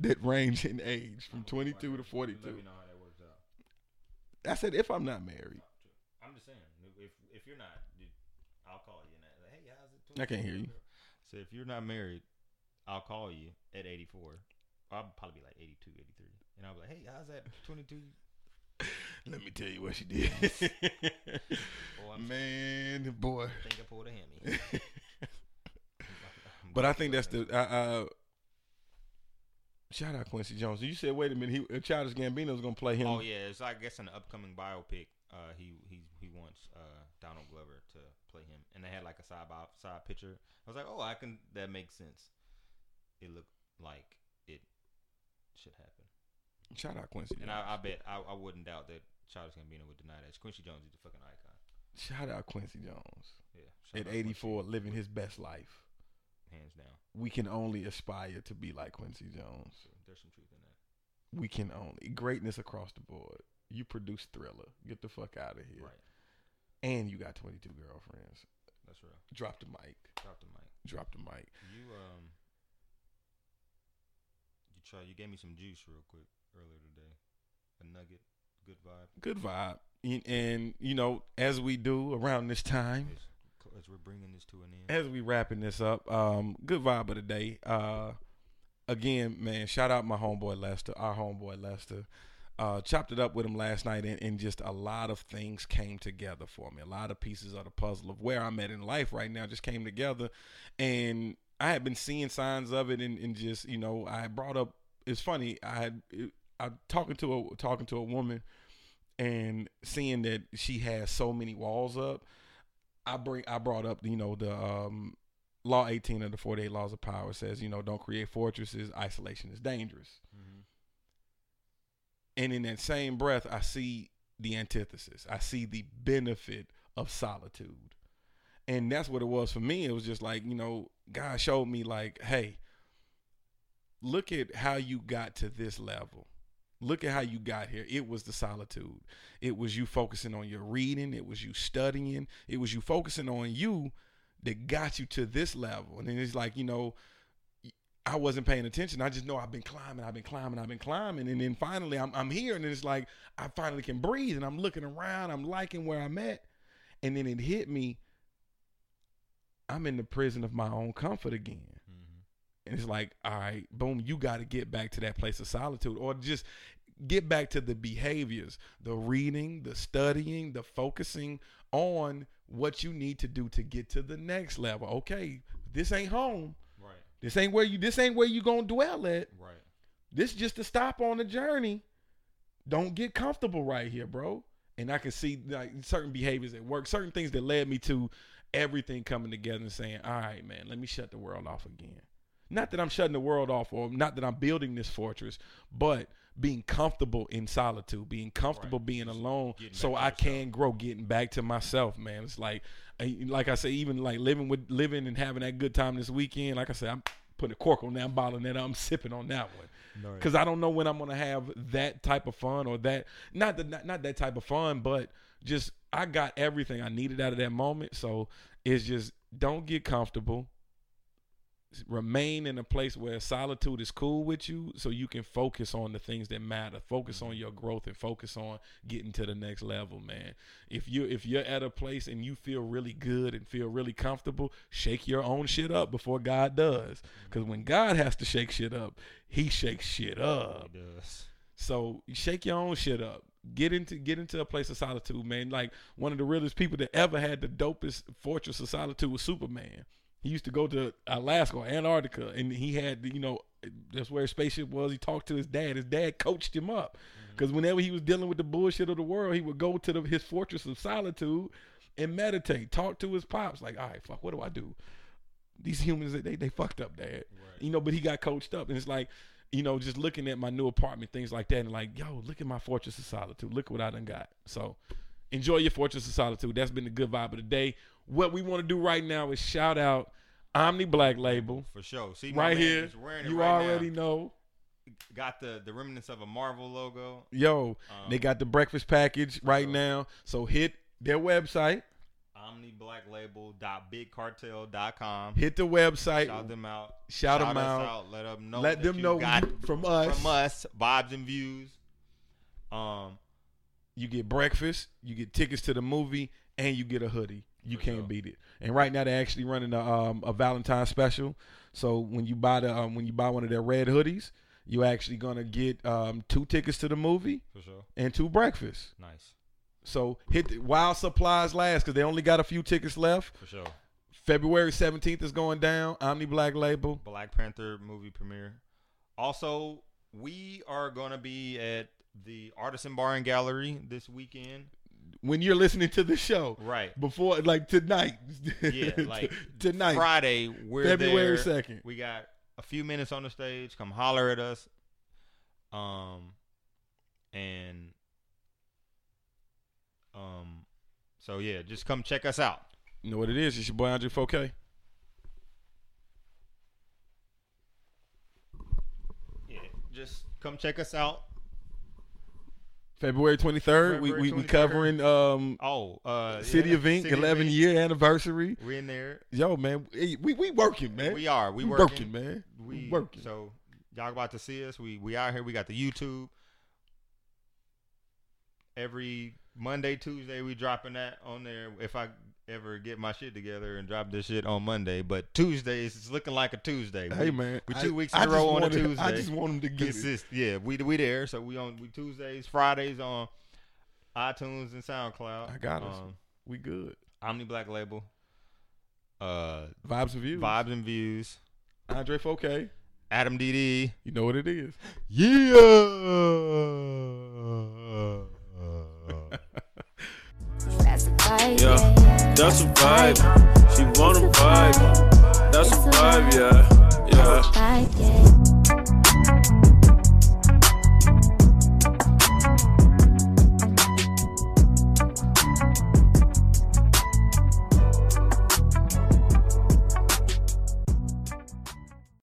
C: that range in age from 22 to 42
B: know how that works out.
C: i said if i'm not married
B: I'm just saying, if if you're not, I'll call you. And like, hey, how's it?
C: I can't hear you.
B: So if you're not married, I'll call you at 84. I'll probably be like 82, 83, and I'll be like, hey, how's that 22?
C: Let me tell you what she did.
B: Boy, I'm-
C: Man, boy.
B: I think I pulled a hammy.
C: But I think that's the. Uh, uh, shout out Quincy Jones. You said, wait a minute, he, uh, Childish Gambino's going to play him.
B: Oh yeah, it's I guess an upcoming biopic. Uh, he he he wants uh Donald Glover to play him, and they had like a side by side picture. I was like, oh, I can. That makes sense. It looked like it should happen,
C: Shout out Quincy
B: and
C: Jones.
B: I, I bet I, I wouldn't doubt that Childish Gambino would deny that. Quincy Jones is the fucking icon.
C: Shout out Quincy Jones.
B: Yeah, shout out
C: At
B: Quincy,
C: 84, living his best life.
B: hands down.
C: We can only aspire to be like Quincy Jones.
B: So there's some truth in that.
C: We can only. Greatness across the board. You produce Thriller. Get the fuck out of here.
B: Right,
C: And you got 22 girlfriends.
B: that's real.
C: Drop the mic.
B: Drop the mic.
C: Drop the mic.
B: You um, you try. You gave me some juice real quick earlier today. A nugget, good vibe.
C: good vibe. And, and you know, as we do around this time,
B: As, as we're bringing this to an end,
C: as we wrapping this up, um, good vibe of the day. Uh, again, man, shout out my homeboy Lester, our homeboy Lester. Uh, chopped it up with him last night, and, and just a lot of things came together for me. A lot of pieces of the puzzle of where I'm at in life right now just came together, and I had been seeing signs of it, and, and just you know, I brought up. It's funny, I had I talking to a talking to a woman, and seeing that she has so many walls up, I bring I brought up you know the um, law 18 of the 48 laws of power says you know don't create fortresses isolation is dangerous and in that same breath I see the antithesis I see the benefit of solitude and that's what it was for me it was just like you know God showed me like hey look at how you got to this level look at how you got here it was the solitude it was you focusing on your reading it was you studying it was you focusing on you that got you to this level and then it's like you know i wasn't paying attention i just know i've been climbing i've been climbing i've been climbing and then finally i'm, I'm here and it's like i finally can breathe and i'm looking around i'm liking where i'm at and then it hit me i'm in the prison of my own comfort again and it's like, all right, boom, you got to get back to that place of solitude or just get back to the behaviors, the reading, the studying, the focusing on what you need to do to get to the next level. Okay, this ain't home.
B: right,
C: This ain't where you this ain't where you going to dwell at.
B: right.
C: This is just a stop on the journey. Don't get comfortable right here, bro. And I can see like certain behaviors at work, certain things that led me to everything coming together and saying, "All right, man, let me shut the world off again." Not that I'm shutting the world off or not that I'm building this fortress, but being comfortable in solitude, being comfortable being alone
B: Getting
C: so
B: back
C: I
B: to yourself.
C: can grow getting back to myself, man. It's like I- like I say even like living with living and having that good time this weekend, like I say I'm putting a cork on that bottle and then I'm sipping on that one because I don't know when I'm gonna have that type of fun or that not the not, not that type of fun, but just I got everything I needed out of that moment. So it's just don't get comfortable. Remain in a place where solitude is cool with you, so you can focus on the things that matter. Focus on your growth and focus on getting to the next level, man. If you if you're at a place and you feel really good and feel really comfortable, shake your own shit up before God does. Because when God has to shake shit up, He shakes shit up.
B: He does.
C: So shake your own shit up. Get into get into a place of solitude, man. Like one of the realest people that ever had the dopest fortress of solitude was Superman. He used to go to Alaska or Antarctica, and he had you know that's where his spaceship was. He talked to his dad. His dad coached him up because whenever he was dealing with the bullshit of the world, he would go to the, his fortress of solitude and meditate, talk to his pops. Like, all right, fuck, what do I do? These humans, they they fucked up, dad you know but he got coached up and it's like you know just looking at my new apartment things like that and like yo look at my fortress of solitude look what i done got so enjoy your fortress of solitude that's been the good vibe of the day what we want to do right now is shout out omni black label
B: For sure. See, my
C: right
B: man
C: here
B: is wearing it
C: you
B: right
C: already
B: now.
C: know
B: got the the remnants of a Marvel logo.
C: yo
B: Um,
C: they got the breakfast package right
B: so-
C: now so hit their website
B: omniblacklabel.bigcartel.com.
C: hit the website
B: Shout them out.
C: Shout 'em
B: us
C: out.
B: Let them know.
C: let
B: that
C: them
B: you
C: know
B: got
C: you- from us
B: from us vibes and views. Um,
C: you get breakfast, you get tickets to the movie, and you get a hoodie. You
B: For
C: can't
B: sure.
C: beat it. And right now they're actually running a um, a Valentine's special. So when you buy the um, when you buy one of their red hoodies, you're actually gonna get um, two tickets to the movie
B: for sure.
C: and two breakfast.
B: Nice.
C: So hit the, while supplies last because they only got a few tickets left.
B: For sure.
C: February 17th is going down. Omni Black Label.
B: Black Panther movie premiere. Also, we are gonna be at the Artisan Bar and Gallery this weekend.
C: When you're listening to the show,
B: Right.
C: before like tonight,
B: Yeah, like
C: tonight,
B: Friday, we're
C: February
B: there.
C: 2nd.
B: We got a few minutes on the stage. Come holler at us. Um, and um, so yeah, just come check us out.
C: You know what it is? It's your boy Andre 4K.
B: Yeah, just come check us out.
C: February 23rd, we,
B: February
C: we, we
B: 23rd.
C: covering um,
B: Oh, uh,
C: City
B: yeah,
C: of Ink,
B: City
C: 11 year anniversary.
B: We're in there.
C: Yo, man, we, we, we working, man.
B: We are. We
C: We
B: working.
C: working, man.
B: We
C: We working.
B: So y'all about to see us. We we out here. We got the YouTube. Every Monday, Tuesday, we dropping that on there. If I ever get my shit together and drop this shit on Monday, but Tuesdays it's looking like a Tuesday.
C: hey,
B: We-
C: man.
B: we
C: I-
B: two weeks in
C: I
B: a
C: just
B: row on a
C: wanted-
B: Tuesday.
C: I just want them to get it.
B: Consist, yeah, we we there. So we on we Tuesdays, Fridays on iTunes and SoundCloud.
C: I got us.
B: Um,
C: We good.
B: Omni Black Label. Uh,
C: Vibes and views.
B: vibes and views.
C: Andre 4K.
B: Adam DD.
C: You know what it is.
B: Yeah.
E: That's a vibe.
F: Yeah,
E: yeah.
F: that's a vibe. She wanna vibe. That's a vibe, yeah. Yeah.
E: Vibe, yeah.